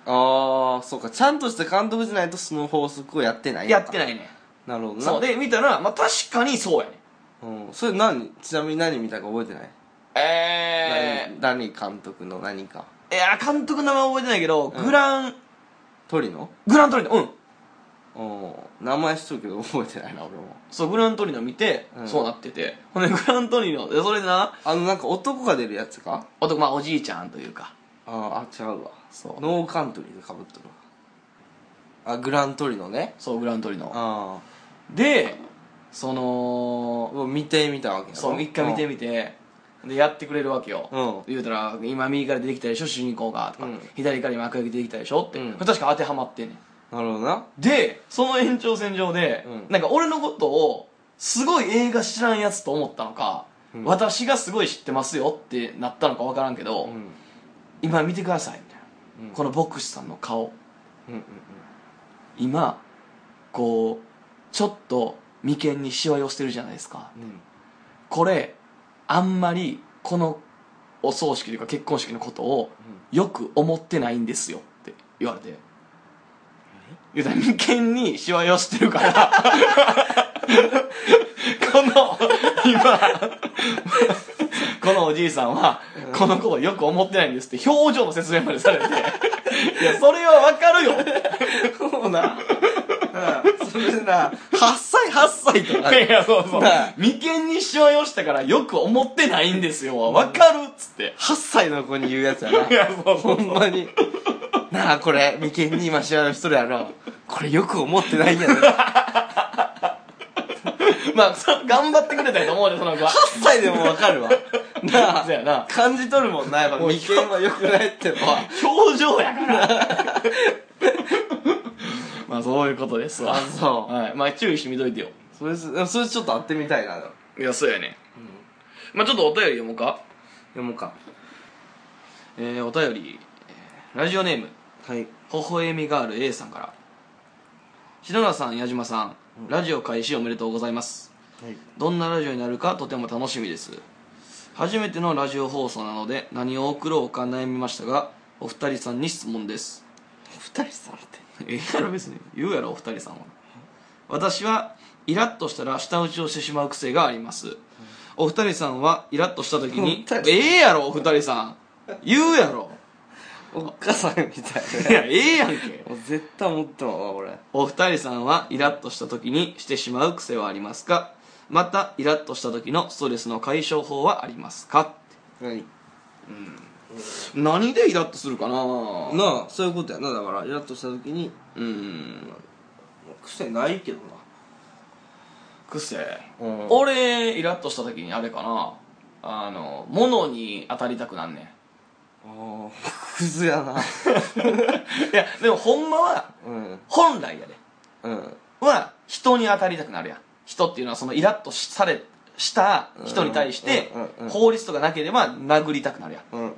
Speaker 2: ああそうかちゃんとした監督じゃないとその法則をやってないのか
Speaker 1: やってないね
Speaker 2: なるほどな
Speaker 1: そうで見たら、まあ、確かにそうやね
Speaker 2: うん、それ何ちなみに何見たか覚えてない、
Speaker 1: え
Speaker 2: 何何監督の何か
Speaker 1: ー、いや監督の名前覚えてないけど、
Speaker 2: うん
Speaker 1: グラン
Speaker 2: 鳥の
Speaker 1: グラントリノうん
Speaker 2: うん名前しとくけど 覚えてないな俺も
Speaker 1: そうグラントリノ見て、
Speaker 2: うん
Speaker 1: そうなっててほんでグラントリノでそれでな
Speaker 2: あのなんか男が出るやつか
Speaker 1: 男まあおじいちゃんというか
Speaker 2: あーあ違うわ
Speaker 1: そう
Speaker 2: ノーカントリーでかぶっとるわあグラントリのね
Speaker 1: そうグラントリノ
Speaker 2: あ
Speaker 1: でそ
Speaker 2: あ
Speaker 1: の
Speaker 2: 見てみたわけやろ
Speaker 1: そう一回見てみてでやってくれるわけよ、
Speaker 2: うん
Speaker 1: 言うたら今右から出てきたでしょ主人公がとか、
Speaker 2: うん
Speaker 1: 左から今赤い出てきたでしょって、
Speaker 2: うん
Speaker 1: これ確か当てはまってんねん
Speaker 2: なるほどな
Speaker 1: でその延長線上で、
Speaker 2: うん
Speaker 1: なんか俺のことをすごい映画知らんやつと思ったのか、
Speaker 2: うん
Speaker 1: 私がすごい知ってますよってなったのか分からんけど、
Speaker 2: うんうん
Speaker 1: 今見てくださいみたいな、
Speaker 2: うん
Speaker 1: この牧師さんの顔
Speaker 2: うんうん
Speaker 1: 今こうちょっと眉間にしわ寄せてるじゃないですか
Speaker 2: うん
Speaker 1: これあんまりこのお葬式というか結婚式のことをよく思ってないんですよって言われて言うたら眉間にしわ寄してるから この今このおじいさんはこのことをよく思ってないんですって表情の説明までされ ていやそれはわかるよ
Speaker 2: そうなうんそれでな8歳8歳 とか
Speaker 1: いやそうそう
Speaker 2: なあ
Speaker 1: 眉間にしわ寄したからよく思ってないんですよわかるっつって
Speaker 2: 8歳の子に言うやつやな
Speaker 1: いやそうそ
Speaker 2: ほ
Speaker 1: うん
Speaker 2: まになあこれ眉間に今しわ寄しとるやろこれよく思ってないんやろ8
Speaker 1: まあそ頑張ってくれたんやと思うでその 子は
Speaker 2: 歳でもわかるわ なあ
Speaker 1: そうやな
Speaker 2: 感じ取るもんなやっぱ
Speaker 1: もう
Speaker 2: 眉間はよくないってのは
Speaker 1: 表情やから まあそういうことですわ
Speaker 2: あそう
Speaker 1: はい、まあ注意してみといてよ
Speaker 2: それすそれちょっと会ってみたいなでも
Speaker 1: いやそうやね、まあちょっとお便り読もうか
Speaker 2: 読もうか
Speaker 1: えー、お便り、えーラジオネーム
Speaker 2: はい
Speaker 1: ほほえみガール A さんから篠田さん矢島さん、ラジオ開始おめでとうございます
Speaker 2: はい
Speaker 1: どんなラジオになるかとても楽しみです初めてのラジオ放送なので何を送ろうか悩みましたがお二人さんに質問です
Speaker 2: 二人さんって
Speaker 1: ええやろ別に言うやろお二人さんは私はイラッとしたら舌打ちをしてしまう癖がありますお二人さんはイラッとした時に
Speaker 2: お二人さん
Speaker 1: ええや ろお二人さん言うやろ
Speaker 2: おっかさんみたい
Speaker 1: い
Speaker 2: ね
Speaker 1: やええやんけ
Speaker 2: もう絶対思ってもわ俺
Speaker 1: お二人さんはイラッとした時にしてしまう癖はありますかまたイラッとした時のストレスの解消法はありますか
Speaker 2: 何
Speaker 1: 何でイラッとするかな
Speaker 2: なあそういうことやなだからイラッとした時に
Speaker 1: うん
Speaker 2: 癖ないけどな
Speaker 1: 癖、
Speaker 2: うん
Speaker 1: 俺イラッとした時にあれかなあの物に当たりたくなんねん
Speaker 2: ああクズやな
Speaker 1: いやでもほんまは
Speaker 2: うん
Speaker 1: 本来やで
Speaker 2: うん
Speaker 1: は人に当たりたくなるやん人っていうのはそのイラッとしされした人に対して
Speaker 2: うんうんうんうん
Speaker 1: 法律とかなければ殴りたくなるやん
Speaker 2: うんうん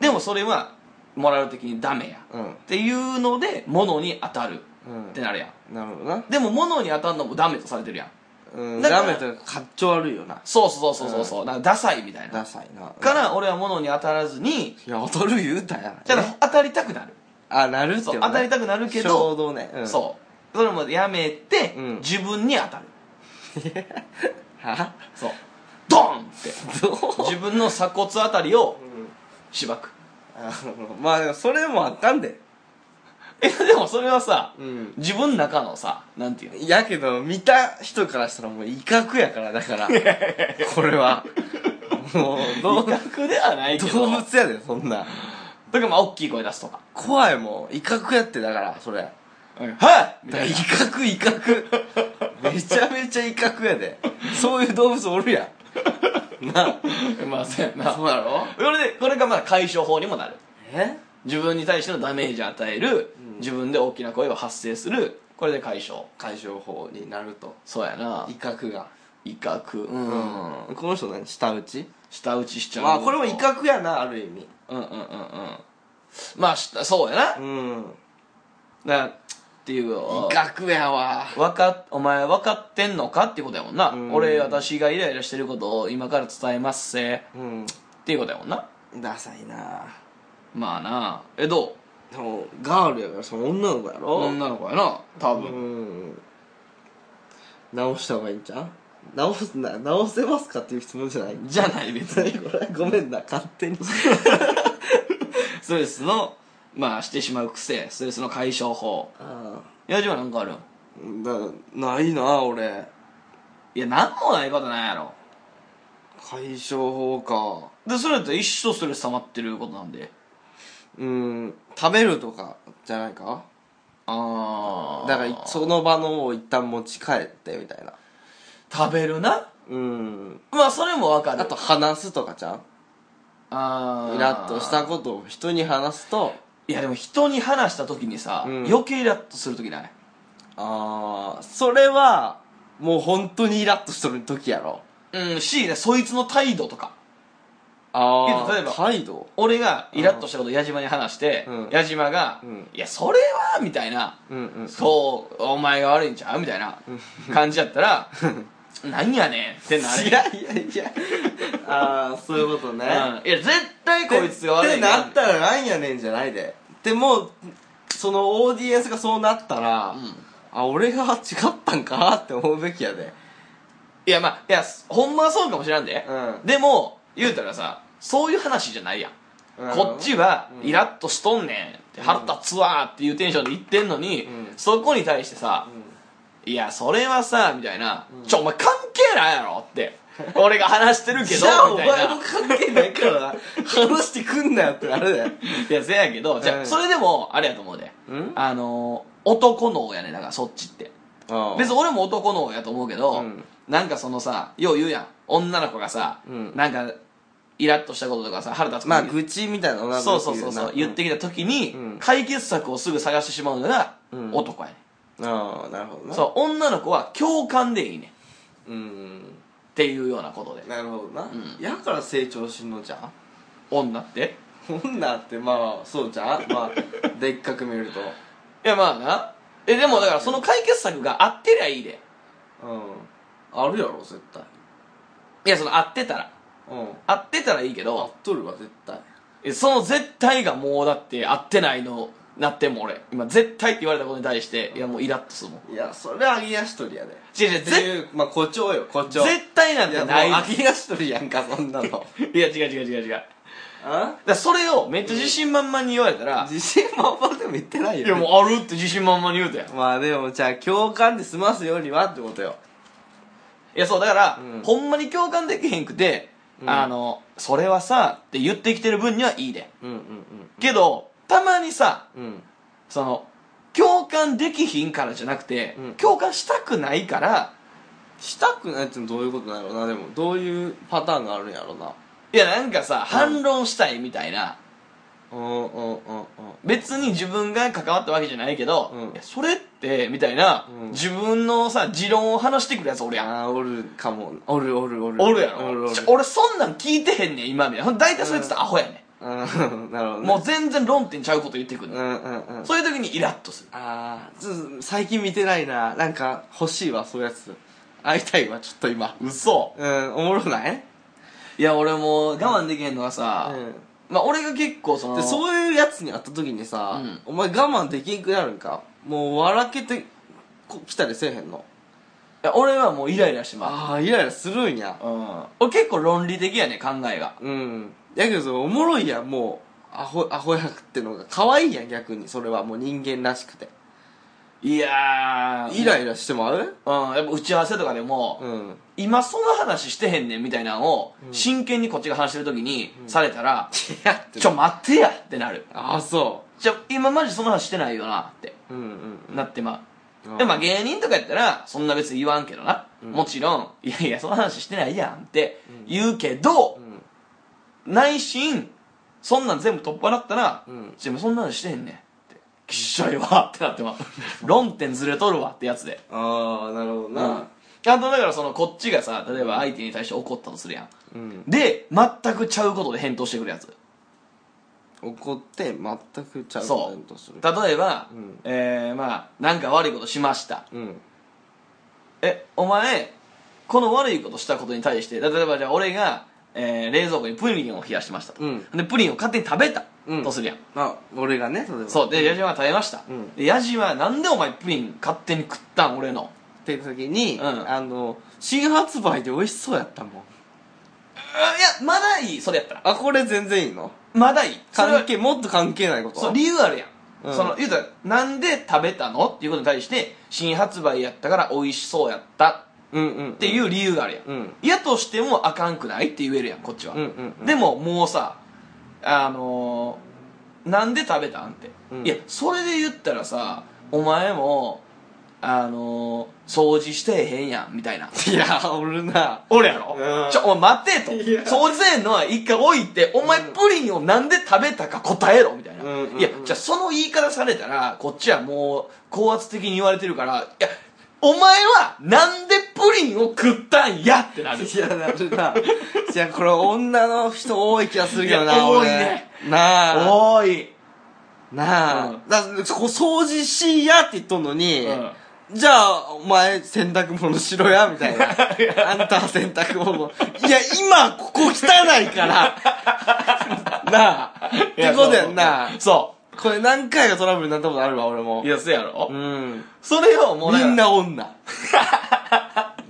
Speaker 1: でもそれはモラル的にダメや
Speaker 2: うんうん
Speaker 1: っていうので物に当たる
Speaker 2: うん
Speaker 1: ってなるやん
Speaker 2: なるほどな
Speaker 1: でも物に当たるのもダメとされてるやん
Speaker 2: うん
Speaker 1: だから
Speaker 2: ラーメンとかかっちょ悪いよな
Speaker 1: そうそうそうそうそう、なんかダサいみたいな
Speaker 2: ダサいな
Speaker 1: から俺は物に当たらずに
Speaker 2: いや劣る言うたやん
Speaker 1: じゃあ当たりたくなる、
Speaker 2: あなるって
Speaker 1: そう
Speaker 2: よ
Speaker 1: 当たりた
Speaker 2: く
Speaker 1: くなるけ
Speaker 2: 衝
Speaker 1: ど、
Speaker 2: 動ねうん
Speaker 1: そうそれもやめて、
Speaker 2: うん
Speaker 1: 自分に当たる
Speaker 2: は
Speaker 1: そうドンって
Speaker 2: どう
Speaker 1: 自分の鎖骨あたりをしばく
Speaker 2: あのまあでもそれもあったんで
Speaker 1: えでもそれはさ、
Speaker 2: うん
Speaker 1: 自分の中のさなんていうの
Speaker 2: やけど見た人からしたらもう威嚇やからだからこれはもうどう
Speaker 1: 威嚇ではないけど
Speaker 2: 動物やでそんな
Speaker 1: とかまあ大きい声出すとか
Speaker 2: 怖いもん威嚇やってだからそれ
Speaker 1: 「はい!」み
Speaker 2: だか
Speaker 1: た
Speaker 2: ら
Speaker 1: い
Speaker 2: 威
Speaker 1: な
Speaker 2: 嚇威嚇めちゃめちゃ威嚇やでそういう動物おるやんな
Speaker 1: まあそうや
Speaker 2: あ
Speaker 1: な
Speaker 2: そうやろ
Speaker 1: それでこれがまあ解消法にもなる
Speaker 2: え
Speaker 1: 自分に対してのダメージを与える、
Speaker 2: うん
Speaker 1: 自分で大きな声を発生するこれで解消
Speaker 2: 解消法になると
Speaker 1: そうやな
Speaker 2: 威嚇が
Speaker 1: 威嚇う、
Speaker 2: うんこの人何舌打ち
Speaker 1: 舌打ちしちゃう
Speaker 2: まあこれも威嚇やなある意味
Speaker 1: うんうんうんうんまあしたそうやなだか
Speaker 2: うん
Speaker 1: らっていう
Speaker 2: 学やわ
Speaker 1: 分かっお前分かってんのかっていうことやもんな、
Speaker 2: うん
Speaker 1: 俺私がイライラしてることを今から伝えますせ
Speaker 2: うん
Speaker 1: っていうことやもんな
Speaker 2: ダサいな
Speaker 1: まあなえどう
Speaker 2: でもガールやからその女の子やろ
Speaker 1: 女の子やな多分、
Speaker 2: うん直した方がいいんちゃう直すな直せますかっていう質問じゃない
Speaker 1: じゃない別に
Speaker 2: これごめんな勝 手に
Speaker 1: ストレスのまあしてしまう癖ストレスの解消法
Speaker 2: あ
Speaker 1: 矢島なんかある
Speaker 2: あだないな俺
Speaker 1: いや何もないことないやろ
Speaker 2: 解消法か
Speaker 1: でそれだと一生ストレス溜まってることなんで
Speaker 2: うん食べるとかじゃないか
Speaker 1: ああ
Speaker 2: だからその場のを一旦持ち帰ってみたいな
Speaker 1: 食べるな
Speaker 2: うん
Speaker 1: まあそれも分かる
Speaker 2: あと話すとかじゃん
Speaker 1: あー
Speaker 2: イラッとしたことを人に話すと
Speaker 1: いやでも人に話した時にさ、
Speaker 2: うん
Speaker 1: 余計イラッとする時ない
Speaker 2: ああそれはもう本当にイラッとしとる時やろ
Speaker 1: うんしねそいつの態度とか
Speaker 2: あ
Speaker 1: けど例えば
Speaker 2: 態度
Speaker 1: 俺がイラッとしたことを矢島に話して、
Speaker 2: うん
Speaker 1: 矢島が、
Speaker 2: うん
Speaker 1: いやそれは」みたいな
Speaker 2: うんうん
Speaker 1: そうお前が悪いんちゃうみたいな 感じやったら「何やねん」ってなる
Speaker 2: いやいやいやああそういうことね
Speaker 1: うん、いや絶対こいつが悪い
Speaker 2: って
Speaker 1: ねん
Speaker 2: なったらなんやねんじゃないででもそのオーディエンスがそうなったら、
Speaker 1: ん
Speaker 2: あ俺が違ったんかって思うべきやで
Speaker 1: いやまあいやほんまはそうかもしらんで、
Speaker 2: うん
Speaker 1: でも言うたらさそういう話じゃないやん、
Speaker 2: うん
Speaker 1: こっちはイラッとしとんねんって腹立つわーっていうテンションで言ってんのに、
Speaker 2: うん
Speaker 1: そこに対してさ、いやそれはさみたいな、ちょお前関係ないやろって俺が話してるけど
Speaker 2: じゃあお
Speaker 1: みた
Speaker 2: 前
Speaker 1: いな
Speaker 2: も関係ないからな話してくんなよってあれだよ
Speaker 1: いやせやけどじゃあ、
Speaker 2: うん
Speaker 1: それでもあれやと思うで、
Speaker 2: うん
Speaker 1: あのー男のやねだからそっちって別に俺も男のやと思うけど、
Speaker 2: うん
Speaker 1: なんかそのさよう言うやん女の子がさ、
Speaker 2: うん
Speaker 1: なんかイラッとしたこととかさ腹立つこと
Speaker 2: まあ愚痴みたいなのな
Speaker 1: そうそうそうそう言ってきた時に、
Speaker 2: うん
Speaker 1: 解決策をすぐ探してしまうのが
Speaker 2: うん
Speaker 1: 男やね、
Speaker 2: ああなるほど
Speaker 1: ん、
Speaker 2: な
Speaker 1: そう女の子は共感でいいねんっ
Speaker 2: ううん
Speaker 1: ていうようなことで
Speaker 2: なるほどな、
Speaker 1: ん
Speaker 2: やから成長しんのじゃん
Speaker 1: 女って
Speaker 2: 女ってまあそうじゃんまあでっかく見ると
Speaker 1: いやまあなえでもだからその解決策が合ってりゃいいで
Speaker 2: うんあるやろ絶対
Speaker 1: いやその合ってたら
Speaker 2: うん
Speaker 1: 合ってたらいいけ
Speaker 2: 合っ
Speaker 1: ど
Speaker 2: とるわ絶対
Speaker 1: えその絶対がもうだって合ってないのなっても俺今絶対って言われたことに対していやもうイラッとするもん
Speaker 2: いやそれ揚げ足取りやで
Speaker 1: 違う違う
Speaker 2: って
Speaker 1: ぜ
Speaker 2: いうまあ誇張よ誇張
Speaker 1: 絶対なん
Speaker 2: い
Speaker 1: て
Speaker 2: や
Speaker 1: ない
Speaker 2: もう揚げ足取りやんかそんな の
Speaker 1: いや違う違う違う違うだか
Speaker 2: あ
Speaker 1: らそれをめっちゃ自信満々に言われたら
Speaker 2: 自信満々でも言ってないよ
Speaker 1: いやもうあるって自信満々に言うたやん
Speaker 2: まあでもじゃあ共感で済ますようにはってことよ
Speaker 1: いやそうだから、
Speaker 2: うん
Speaker 1: ほんまに共感できへんくて、
Speaker 2: うん
Speaker 1: あのそれはさって言ってきてる分にはいいで
Speaker 2: うんうん
Speaker 1: けどたまにさ
Speaker 2: うんうん
Speaker 1: その共感できひんからじゃなくて、
Speaker 2: うん
Speaker 1: 共感したくないから
Speaker 2: したくないってのどういうことなんやろなでもどういうパターンがあるんやろない
Speaker 1: やなんかさ、反論したいみたいな
Speaker 2: うんうんうんうん
Speaker 1: 別に自分が関わったわけじゃないけど、
Speaker 2: うん
Speaker 1: いやそれってみたいな、
Speaker 2: うん
Speaker 1: 自分のさ持論を話してくるやつおるやん
Speaker 2: あーおるかもおるおるおる
Speaker 1: おるや
Speaker 2: おるお
Speaker 1: ろ
Speaker 2: る
Speaker 1: ちょ俺そんなん聞いてへんねん今みたいな大体そいつってアホやね
Speaker 2: うん なるほど
Speaker 1: ん、
Speaker 2: ね
Speaker 1: もう全然論点ちゃうこと言ってくる、
Speaker 2: うんうんうん
Speaker 1: そういう時にイラッとする
Speaker 2: あーちょっと最近見てないななんか欲しいわそういうやつ会いたいわちょっと今
Speaker 1: 嘘
Speaker 2: うんおもろない
Speaker 1: いや俺もう我慢できへんのがさ、
Speaker 2: う
Speaker 1: まあ俺が結構その
Speaker 2: んでそういうやつに会った時にさ、
Speaker 1: うん
Speaker 2: お前我慢できんくなるんかもう笑けてこ来たりせえへんの
Speaker 1: いや俺はもうイライラしてま
Speaker 2: ああイライラするんや
Speaker 1: う、うん、俺結構論理的やね考えが
Speaker 2: うんやけどそおもろいやんもうアホアホやくってのが可愛いやん逆にそれはもう人間らしくて
Speaker 1: いやー
Speaker 2: イライラしても会う
Speaker 1: うんやっぱ打ち合わせとかでも、
Speaker 2: うん
Speaker 1: 今その話してへんねんみたいなのを真剣にこっちが話してる時にされたら、
Speaker 2: いやっ て
Speaker 1: ちょ待ってやってなる
Speaker 2: ああそ
Speaker 1: じゃ今マジその話してないよなって
Speaker 2: ううんうん
Speaker 1: なってまう、
Speaker 2: うん
Speaker 1: でもまあ芸人とかやったらそんな別に言わんけどな、もちろんいやいやその話してないやんって言うけど、内心そんなん全部取っ払ったら「
Speaker 2: ん
Speaker 1: じゃあそんな話してへんねん」って「きっしょいわ」ってなってまう論点ずれとるわってやつで、
Speaker 2: ああなるほど
Speaker 1: うん、あ
Speaker 2: な
Speaker 1: とだからそのこっちがさ例えば相手に対して怒ったとするやん
Speaker 2: うん
Speaker 1: で全くちゃうことで返答してくるやつ
Speaker 2: 怒って全くちゃうコ
Speaker 1: そ
Speaker 2: メン
Speaker 1: う
Speaker 2: トする
Speaker 1: 例えば、
Speaker 2: うん
Speaker 1: えー、まあなんか悪いことしました
Speaker 2: うん
Speaker 1: えお前この悪いことしたことに対して例えばじゃあ俺が、えー冷蔵庫にプリンを冷やしましたと、
Speaker 2: うん
Speaker 1: でプリンを勝手に食べた
Speaker 2: うん
Speaker 1: とするやん、
Speaker 2: あ俺がね例えば
Speaker 1: そうで矢島が食べました、
Speaker 2: うん
Speaker 1: で矢島なんでお前プリン勝手に食ったん俺の
Speaker 2: って時に、
Speaker 1: うん
Speaker 2: あの新発売で美味しそうやったもん
Speaker 1: あいやまだいいそれやったら
Speaker 2: あこれ全然いいの
Speaker 1: まだいいそれは
Speaker 2: 関係もっと関係ないこと
Speaker 1: そう理由あるやん、
Speaker 2: うん
Speaker 1: その言うたらなんで食べたのっていうことに対して新発売やったから美味しそうやった
Speaker 2: うんうんっ
Speaker 1: って
Speaker 2: う
Speaker 1: いう理由があるやん、
Speaker 2: うん
Speaker 1: 嫌としてもあかんくないって言えるやんこっちは、
Speaker 2: うんうんうん
Speaker 1: でももうさあのーなんで食べたんって、
Speaker 2: うん
Speaker 1: いやそれで言ったらさお前もあのー掃除してへんやんみ たいない
Speaker 2: やおるな
Speaker 1: 俺やろ、
Speaker 2: うん
Speaker 1: ちょお前待てと
Speaker 2: いや
Speaker 1: 掃除せんのは一回置いてお前
Speaker 2: うん
Speaker 1: プリンをなんで食べたか答えろみたいな、
Speaker 2: うんうんうん
Speaker 1: いやじゃあその言い方されたらこっちはもう高圧的に言われてるからいやお前はなんでプリンを食ったんやって なる
Speaker 2: いやなるないやこれ女の人多い気がするけど
Speaker 1: いや
Speaker 2: な
Speaker 1: 多い
Speaker 2: 俺
Speaker 1: ね
Speaker 2: なあ
Speaker 1: おーい
Speaker 2: なあ、
Speaker 1: うん
Speaker 2: だそこ掃除しやって言っとんのに、じゃあお前洗濯物しろやみた いなあんたは洗濯物いや今ここ汚いから なあってことやんな
Speaker 1: そ
Speaker 2: これ何回かトラブルになったことあるわ俺も
Speaker 1: ういやそうやろ、
Speaker 2: うん
Speaker 1: それをもうだ
Speaker 2: み
Speaker 1: から
Speaker 2: ん な女な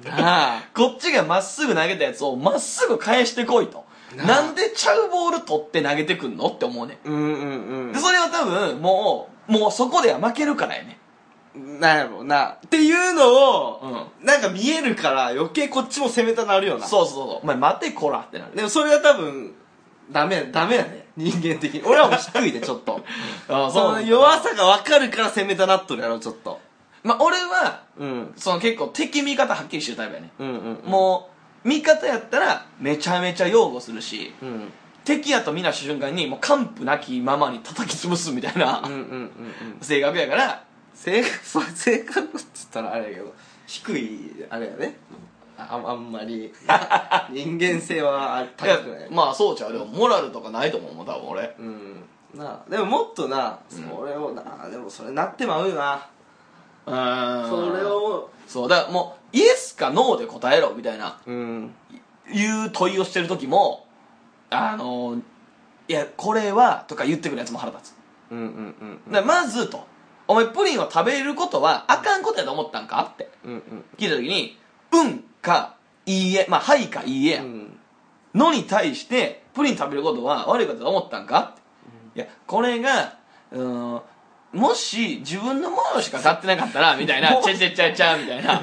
Speaker 2: あ
Speaker 1: こっちがまっすぐ投げたやつをまっすぐ返してこいと
Speaker 2: なあ
Speaker 1: なんでちゃうボール取って投げてくんのって思うねん
Speaker 2: うんうん
Speaker 1: でそれは多分もうもうそこでは負けるからやね
Speaker 2: うんなんやろうなっていうの
Speaker 1: う
Speaker 2: を、
Speaker 1: ん
Speaker 2: なんか見えるから余計こっちも攻めたなるよな
Speaker 1: そうそうそうお前待てこらってなる
Speaker 2: でもそれは多分ダメダメやね人間的に俺はもう低いでちょっ と
Speaker 1: あ
Speaker 2: その弱さが分かるから攻めたなっとるやろちょっと
Speaker 1: まあ俺は
Speaker 2: うん
Speaker 1: その結構敵味方はっきりしてるタイプやね
Speaker 2: うんうんも
Speaker 1: もう味方やったらめちゃめちゃ擁護するし
Speaker 2: うんうん
Speaker 1: 敵やと見なした瞬間にもう完膚なきままに叩き潰すみたいな、
Speaker 2: うんうんうん
Speaker 1: 性格やから
Speaker 2: 性格そう性格って言ったらあれやけど低いあれやねああんま り人間性はあ高くない
Speaker 1: いやまあそうちゃうでもモラルとかないと思うもん多分俺
Speaker 2: うんなあでももっとなそれをなあでもそれなってまうよな
Speaker 1: うん
Speaker 2: それを
Speaker 1: そうだからもうイエスかノーで答えろみたいな
Speaker 2: うん
Speaker 1: いう問いをしてる時もあのいやこれはとか言ってくるやつも腹立つ
Speaker 2: うんうんうん
Speaker 1: だからまずと「お前プリンを食べることはあかんことやと思ったんか?」って
Speaker 2: うんうん
Speaker 1: 聞いた時に「うん」か「いいえ」まあ「はい」か「いいえ」や
Speaker 2: うんん
Speaker 1: のに対してプリン食べることは悪いことだと思ったんか、っていやこれがうーんもし自分のものしか買ってなかったらみたいな「ちゃちゃちゃちゃ」みたいな「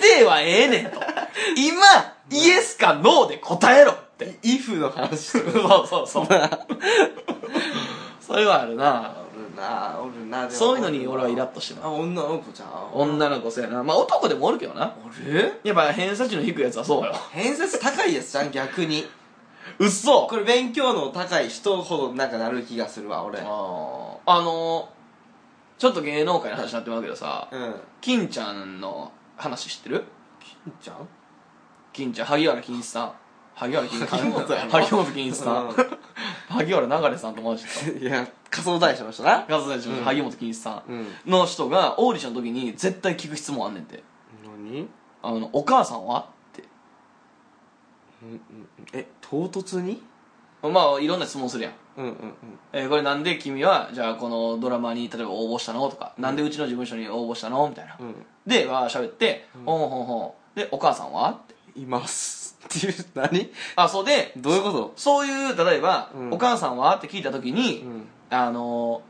Speaker 1: 家庭はええねん」と「今イエスかノーで答えろ」って
Speaker 2: イフの話とか
Speaker 1: そうそうそうそれはあるな
Speaker 2: おるなおるなでも
Speaker 1: そういうのに俺はイラッとしてま
Speaker 2: あ
Speaker 1: う
Speaker 2: 女の子じゃん
Speaker 1: 女の子そうやなまあ男でもおるけどな
Speaker 2: おる
Speaker 1: やっぱ偏差値の低いやつはそうよ
Speaker 2: 偏差値高いやつじゃん逆に
Speaker 1: うっそ
Speaker 2: これ勉強の高い人ほどなんかなる気がするわ俺うん
Speaker 1: あーあのー、ちょっと芸能界の話になってますけどさ金ちゃんの話知ってる
Speaker 2: 金ちゃん
Speaker 1: 金ちゃん萩原金一さん萩原金一さん
Speaker 2: 萩本やろ
Speaker 1: 萩本金一さん
Speaker 2: うん
Speaker 1: 萩原流さんと同じ人
Speaker 2: いや仮想大賞の人な
Speaker 1: ガス大臣の萩本金一さ
Speaker 2: うん
Speaker 1: んの人がオーディションの時に絶対聞く質問あんねんて
Speaker 2: 何
Speaker 1: 「あのお母さんは?」って
Speaker 2: え唐突に
Speaker 1: まあいろんな質問するやん
Speaker 2: うんうんうん
Speaker 1: えーこれなんで君はじゃあこのドラマに例えば応募したのとか、なんでうちの事務所に応募したのみたいな、
Speaker 2: ん
Speaker 1: でわー喋って、ほんほんほんでお母さんはって
Speaker 2: いますっていう 何
Speaker 1: あそうで
Speaker 2: どういうこと
Speaker 1: そういう例えば、
Speaker 2: うん
Speaker 1: お母さんはって聞いた時に、
Speaker 2: ん
Speaker 1: あの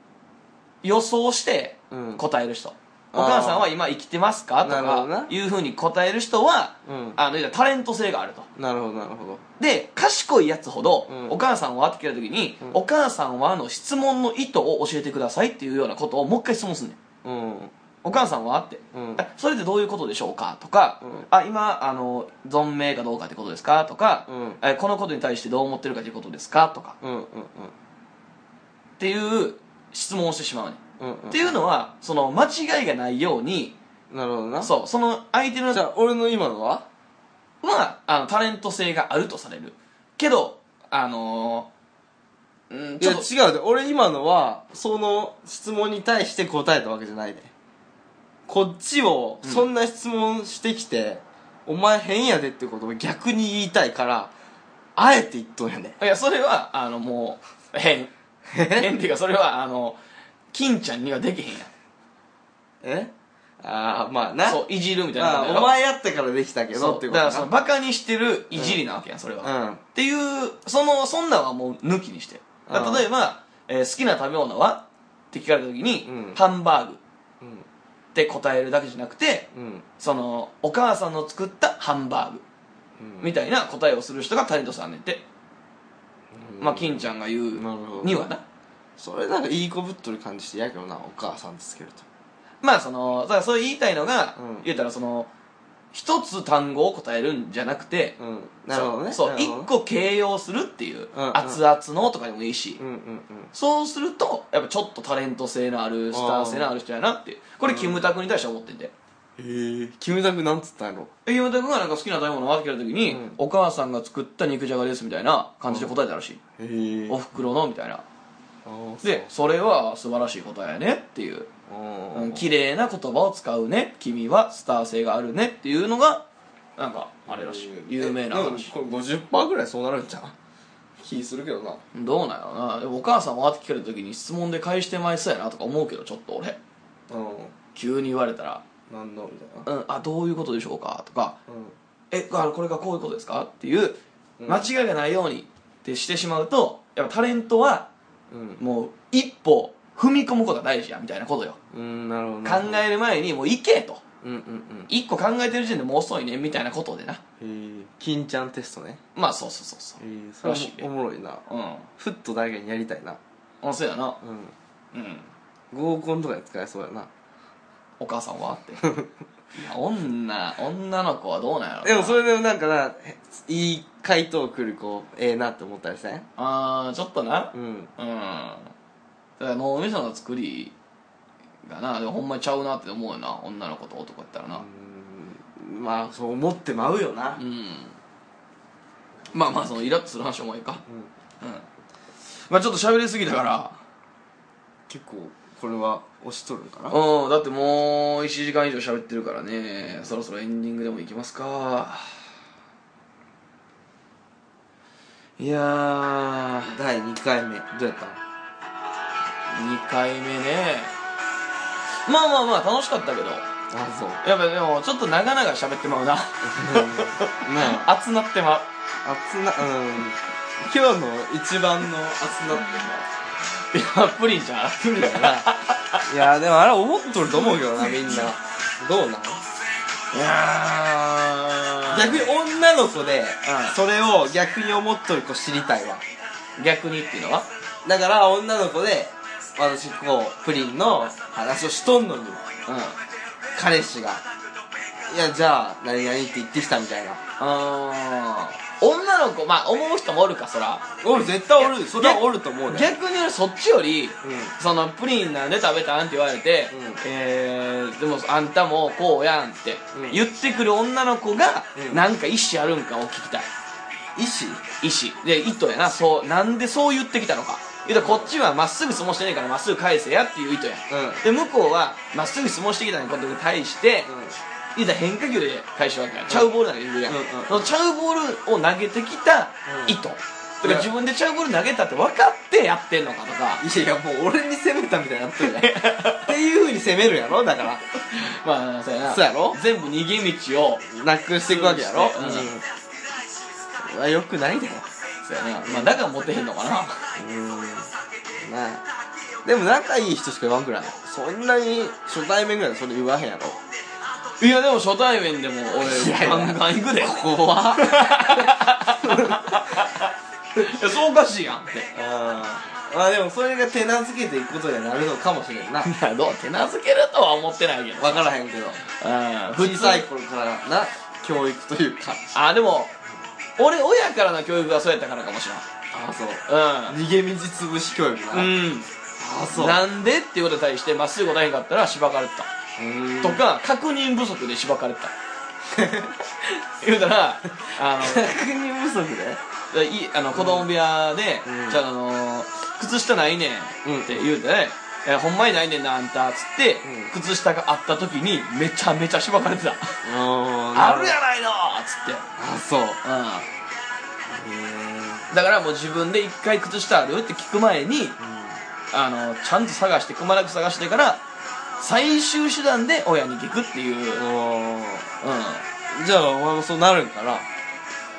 Speaker 1: ー予想して
Speaker 2: うん
Speaker 1: 答える人、
Speaker 2: あー
Speaker 1: お母さんは今生きてますかと
Speaker 2: なるほどな
Speaker 1: かいうふうに答える人は、
Speaker 2: うん
Speaker 1: あのいやタレント性があると
Speaker 2: なるほどなるほど
Speaker 1: で賢いやつほど、
Speaker 2: うん
Speaker 1: お母さんはって聞いた時に、お母さんはの質問の意図を教えてくださいっていうようなことをもう一回質問すんねん
Speaker 2: うん
Speaker 1: お母さんはって、
Speaker 2: うん
Speaker 1: あそれってどういうことでしょうかとか、
Speaker 2: うん
Speaker 1: あ今あの存命かどうかってことですかとか、
Speaker 2: うん
Speaker 1: えこのことに対してどう思ってるかっていうことですかとか
Speaker 2: うんうん
Speaker 1: っていう質問をしてしまうね、、
Speaker 2: うんうんん
Speaker 1: っていうのはその間違いがないように
Speaker 2: なるほどな
Speaker 1: そうその相手の
Speaker 2: じゃあ俺の今のは
Speaker 1: はあのタレント性があるとされるけどあのーうん
Speaker 2: い
Speaker 1: ち
Speaker 2: や
Speaker 1: ょっと
Speaker 2: 違うで俺今のはその質問に対して答えたわけじゃないでこっちをそんな質問してきて、お前変やでってことを逆に言いたいからあえて言っとんやね
Speaker 1: いやそれはあのもう 変変っていうかそれはあの金ちゃんにはできへんやん
Speaker 2: えああまあな
Speaker 1: そういじるみたいな
Speaker 2: ま
Speaker 1: ことや
Speaker 2: あ
Speaker 1: ろ
Speaker 2: お前やったからできたけ
Speaker 1: そ
Speaker 2: ど
Speaker 1: う
Speaker 2: っていうこ
Speaker 1: だ
Speaker 2: と
Speaker 1: からその
Speaker 2: な
Speaker 1: バカにしてるいじりなわけやんそれは、っ
Speaker 2: うん
Speaker 1: ていうそのそんなんはもう抜きにしてだから
Speaker 2: うん
Speaker 1: 例えば、えー好きな食べ物は?」って聞かれた時に、
Speaker 2: うん
Speaker 1: ハンバーグ」っ
Speaker 2: うん
Speaker 1: て答えるだけじゃなくて
Speaker 2: うん
Speaker 1: そのお母さんの作ったハンバーグみたいな答えをする人がタレントさんねんて、まあ金ちゃんが言
Speaker 2: うんな
Speaker 1: う
Speaker 2: るほど
Speaker 1: にはな
Speaker 2: それなんかいい子ぶっとる感じしてやけどなお母さんつけると
Speaker 1: まあそのだからそれ言いたいのが、
Speaker 2: うん
Speaker 1: 言うたらその一つ単語を答えるんじゃなくて、
Speaker 2: うんなるほどね
Speaker 1: そう
Speaker 2: なる
Speaker 1: 一
Speaker 2: ほどね
Speaker 1: 個形容するっていう、
Speaker 2: うんうん
Speaker 1: 熱々のとかでもいいし、
Speaker 2: うんうんうん
Speaker 1: そうするとやっぱちょっとタレント性のあるスター性のある人やなっていうこれキムタクに対して思ってんで、
Speaker 2: へえキムタクなんつったんやろ
Speaker 1: えキムタクがなんか好きな食べ物を分ける時に、
Speaker 2: うん
Speaker 1: お母さんが作った肉じゃがですみたいな感じで答えたらしい、
Speaker 2: へえ
Speaker 1: おふくろのみたいな
Speaker 2: で
Speaker 1: でそれは素晴らしい答えやねっていううん綺麗な言葉を使うね君はスター性があるねっていうのがなんかあれらしい有名な話
Speaker 2: これ50%ぐらいそうなるんじゃん気するけどな
Speaker 1: どうなんやろなでもお母さんはって聞かれた時に質問で返してまいそうやなとか思うけどちょっと俺
Speaker 2: うん
Speaker 1: 急に言われたら
Speaker 2: なんのみたい
Speaker 1: う
Speaker 2: な
Speaker 1: ん、あどういうことでしょうかとか
Speaker 2: う
Speaker 1: えあこれがこういうことですかっていう
Speaker 2: うん
Speaker 1: 間違いがないようにってしてしまうとやっぱタレントは
Speaker 2: んうん
Speaker 1: もう一歩踏み込むことが大事やみたいなことよ
Speaker 2: うんなるほど
Speaker 1: 考える前にもう行けと
Speaker 2: うんうん
Speaker 1: 一個考えてる時点でもう遅いねみたいなことでな
Speaker 2: うんへえ金ちゃんテストね
Speaker 1: まあそうそうそうそ
Speaker 2: へえそれ
Speaker 1: らしいね
Speaker 2: もおもろいな
Speaker 1: ううん
Speaker 2: フットだけにやりたいな
Speaker 1: あそうやな
Speaker 2: うん
Speaker 1: うん
Speaker 2: 合コンとかに使えそうやな
Speaker 1: お母さんはって いや女女の子はどうなんやろ
Speaker 2: でもそ
Speaker 1: れ
Speaker 2: れでもなんかなへいい回答来る子ええなって思ったりせん
Speaker 1: ああちょっとな
Speaker 2: うん
Speaker 1: うんだから脳みその作りがなでもほんまにちゃうなって思うよな女の子と男やったらな
Speaker 2: うんまあそう思ってまうよな
Speaker 1: うん、まあまあそのイラッとする話はもういいかうん、まあちょっと喋りすぎたから
Speaker 2: 結構これは押しとるんかな
Speaker 1: うんだってもう1時間以上喋ってるからねそろそろエンディングでもいきますかいやー
Speaker 2: 第2回目どうやった
Speaker 1: 2回目ねまあまあまあ楽しかったけど
Speaker 2: あそう
Speaker 1: やっぱでもちょっと長々喋ってまうな
Speaker 2: まあ
Speaker 1: 熱なってまう
Speaker 2: 熱なうん今日の一番の熱なっ
Speaker 1: いやプリンじゃんプリン
Speaker 2: て るないやでもあれ思っとると思うけどなみんなどうなん
Speaker 1: いやー
Speaker 2: 逆に女の子で、
Speaker 1: ん
Speaker 2: それを逆に思っとる子知りたいわ
Speaker 1: 逆にっていうのは
Speaker 2: だから女の子で私こうプリンの話をしとんのに
Speaker 1: うん
Speaker 2: 彼氏がいやじゃあ何々って言ってきたみたいな
Speaker 1: あー女の子まあ思う人もおるかそら
Speaker 2: おる絶対お
Speaker 1: いや
Speaker 2: るそれはおると思うね
Speaker 1: 逆に俺そっちより、
Speaker 2: ん
Speaker 1: そのプリンなんで食べたんって言われて、
Speaker 2: うん
Speaker 1: えー、でもあんたもこうやんって
Speaker 2: うん
Speaker 1: 言ってくる女の子が、
Speaker 2: うん
Speaker 1: なんか意思あるんかを聞きたい
Speaker 2: 意思
Speaker 1: 意思で意図やなそうなんでそう言ってきたのか言うたらこっちはまっすぐ質問してねえからまっすぐ返せやっていう意図や、
Speaker 2: う
Speaker 1: で向こうはまっすぐ質問してきたのことに対して、言うたら変化球で返したわけやんちゃうボールなんか言うやん、
Speaker 2: うんうん
Speaker 1: そのちゃうボールを投げてきた
Speaker 2: うん
Speaker 1: 意図、とか自分でちゃうボール投げたって分かってやってんのかとか
Speaker 2: いやいやもう俺に責めたみたいになって るやんっていうふうに責めるやろだから
Speaker 1: まあそうやな
Speaker 2: そうやろ
Speaker 1: 全部逃げ道を
Speaker 2: なくしていくわけやろ
Speaker 1: そうですね
Speaker 2: うんはよくないだろ
Speaker 1: そうやな、まあ、だからモテへんのかな
Speaker 2: うんまあでも仲いい人しか言わんくらいそんなに初対面ぐらいでそれ言わへんやろ
Speaker 1: いやでも初対 面でも
Speaker 2: いやい
Speaker 1: 俺
Speaker 2: や
Speaker 1: ガンガン行くで
Speaker 2: 怖 っ
Speaker 1: いやそうおかしいやんって
Speaker 2: まあでもそれが手なずけていくことになるのかもしれんな分
Speaker 1: いやどう手なずけるとは思ってないけど
Speaker 2: からへんけ
Speaker 1: うん
Speaker 2: ど
Speaker 1: 普
Speaker 2: 小
Speaker 1: 通
Speaker 2: さい頃からな教育というか
Speaker 1: あでも俺親からの教育がそうやったからかもし
Speaker 2: ああそう
Speaker 1: れん
Speaker 2: 逃げ道潰し教育な、あ
Speaker 1: うん、うん、
Speaker 2: あそう
Speaker 1: なんでっていうことに対してまっすぐ答えへんかったらしばかれてた、
Speaker 2: うん
Speaker 1: とか確認不足でしばかれて た言うたらあの
Speaker 2: 確認不足で
Speaker 1: いあの子供部屋で、
Speaker 2: うん
Speaker 1: じゃああの靴下ないねん」
Speaker 2: うん
Speaker 1: って言うてね「えほんまにないねんなあんた」っつって、
Speaker 2: う
Speaker 1: 靴下があった時にめちゃめちゃしばか れてた
Speaker 2: あ
Speaker 1: 「あ
Speaker 2: ー
Speaker 1: るやないの!」っつって
Speaker 2: あそうへ
Speaker 1: う
Speaker 2: え
Speaker 1: んだからもう自分で一回靴下あるって聞く前にあのちゃんと探してくまなく探してから最終手段で親に聞くっていう、うん、
Speaker 2: おーじゃあお前もそうなるんかな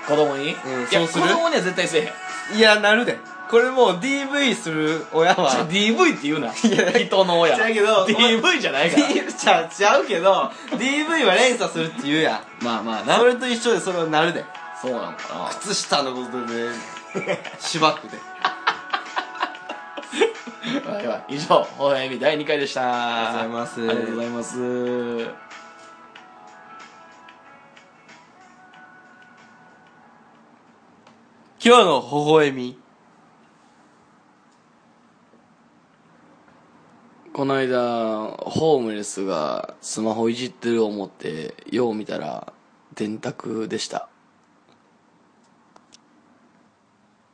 Speaker 1: 子供に、
Speaker 2: うん
Speaker 1: いや
Speaker 2: そうする
Speaker 1: 子供には絶対せえへん
Speaker 2: いやなるでこれもう DV する親は
Speaker 1: じゃあ DV って言うな
Speaker 2: や
Speaker 1: 人の親
Speaker 2: じゃあけど
Speaker 1: DV じゃないから
Speaker 2: ちゃちゃうけど DV は連鎖するって言うやん
Speaker 1: まあまあな
Speaker 2: それと一緒でそれはなるで
Speaker 1: そうなのか
Speaker 2: 靴下のこと でしばくで
Speaker 1: なはいはい以上「ほえみ第2回でした
Speaker 2: ありがとうございます
Speaker 1: ありがとうございます
Speaker 2: 今日の微笑み
Speaker 1: この間ホームレスがスマホいじってる思ってよう見たら電卓でした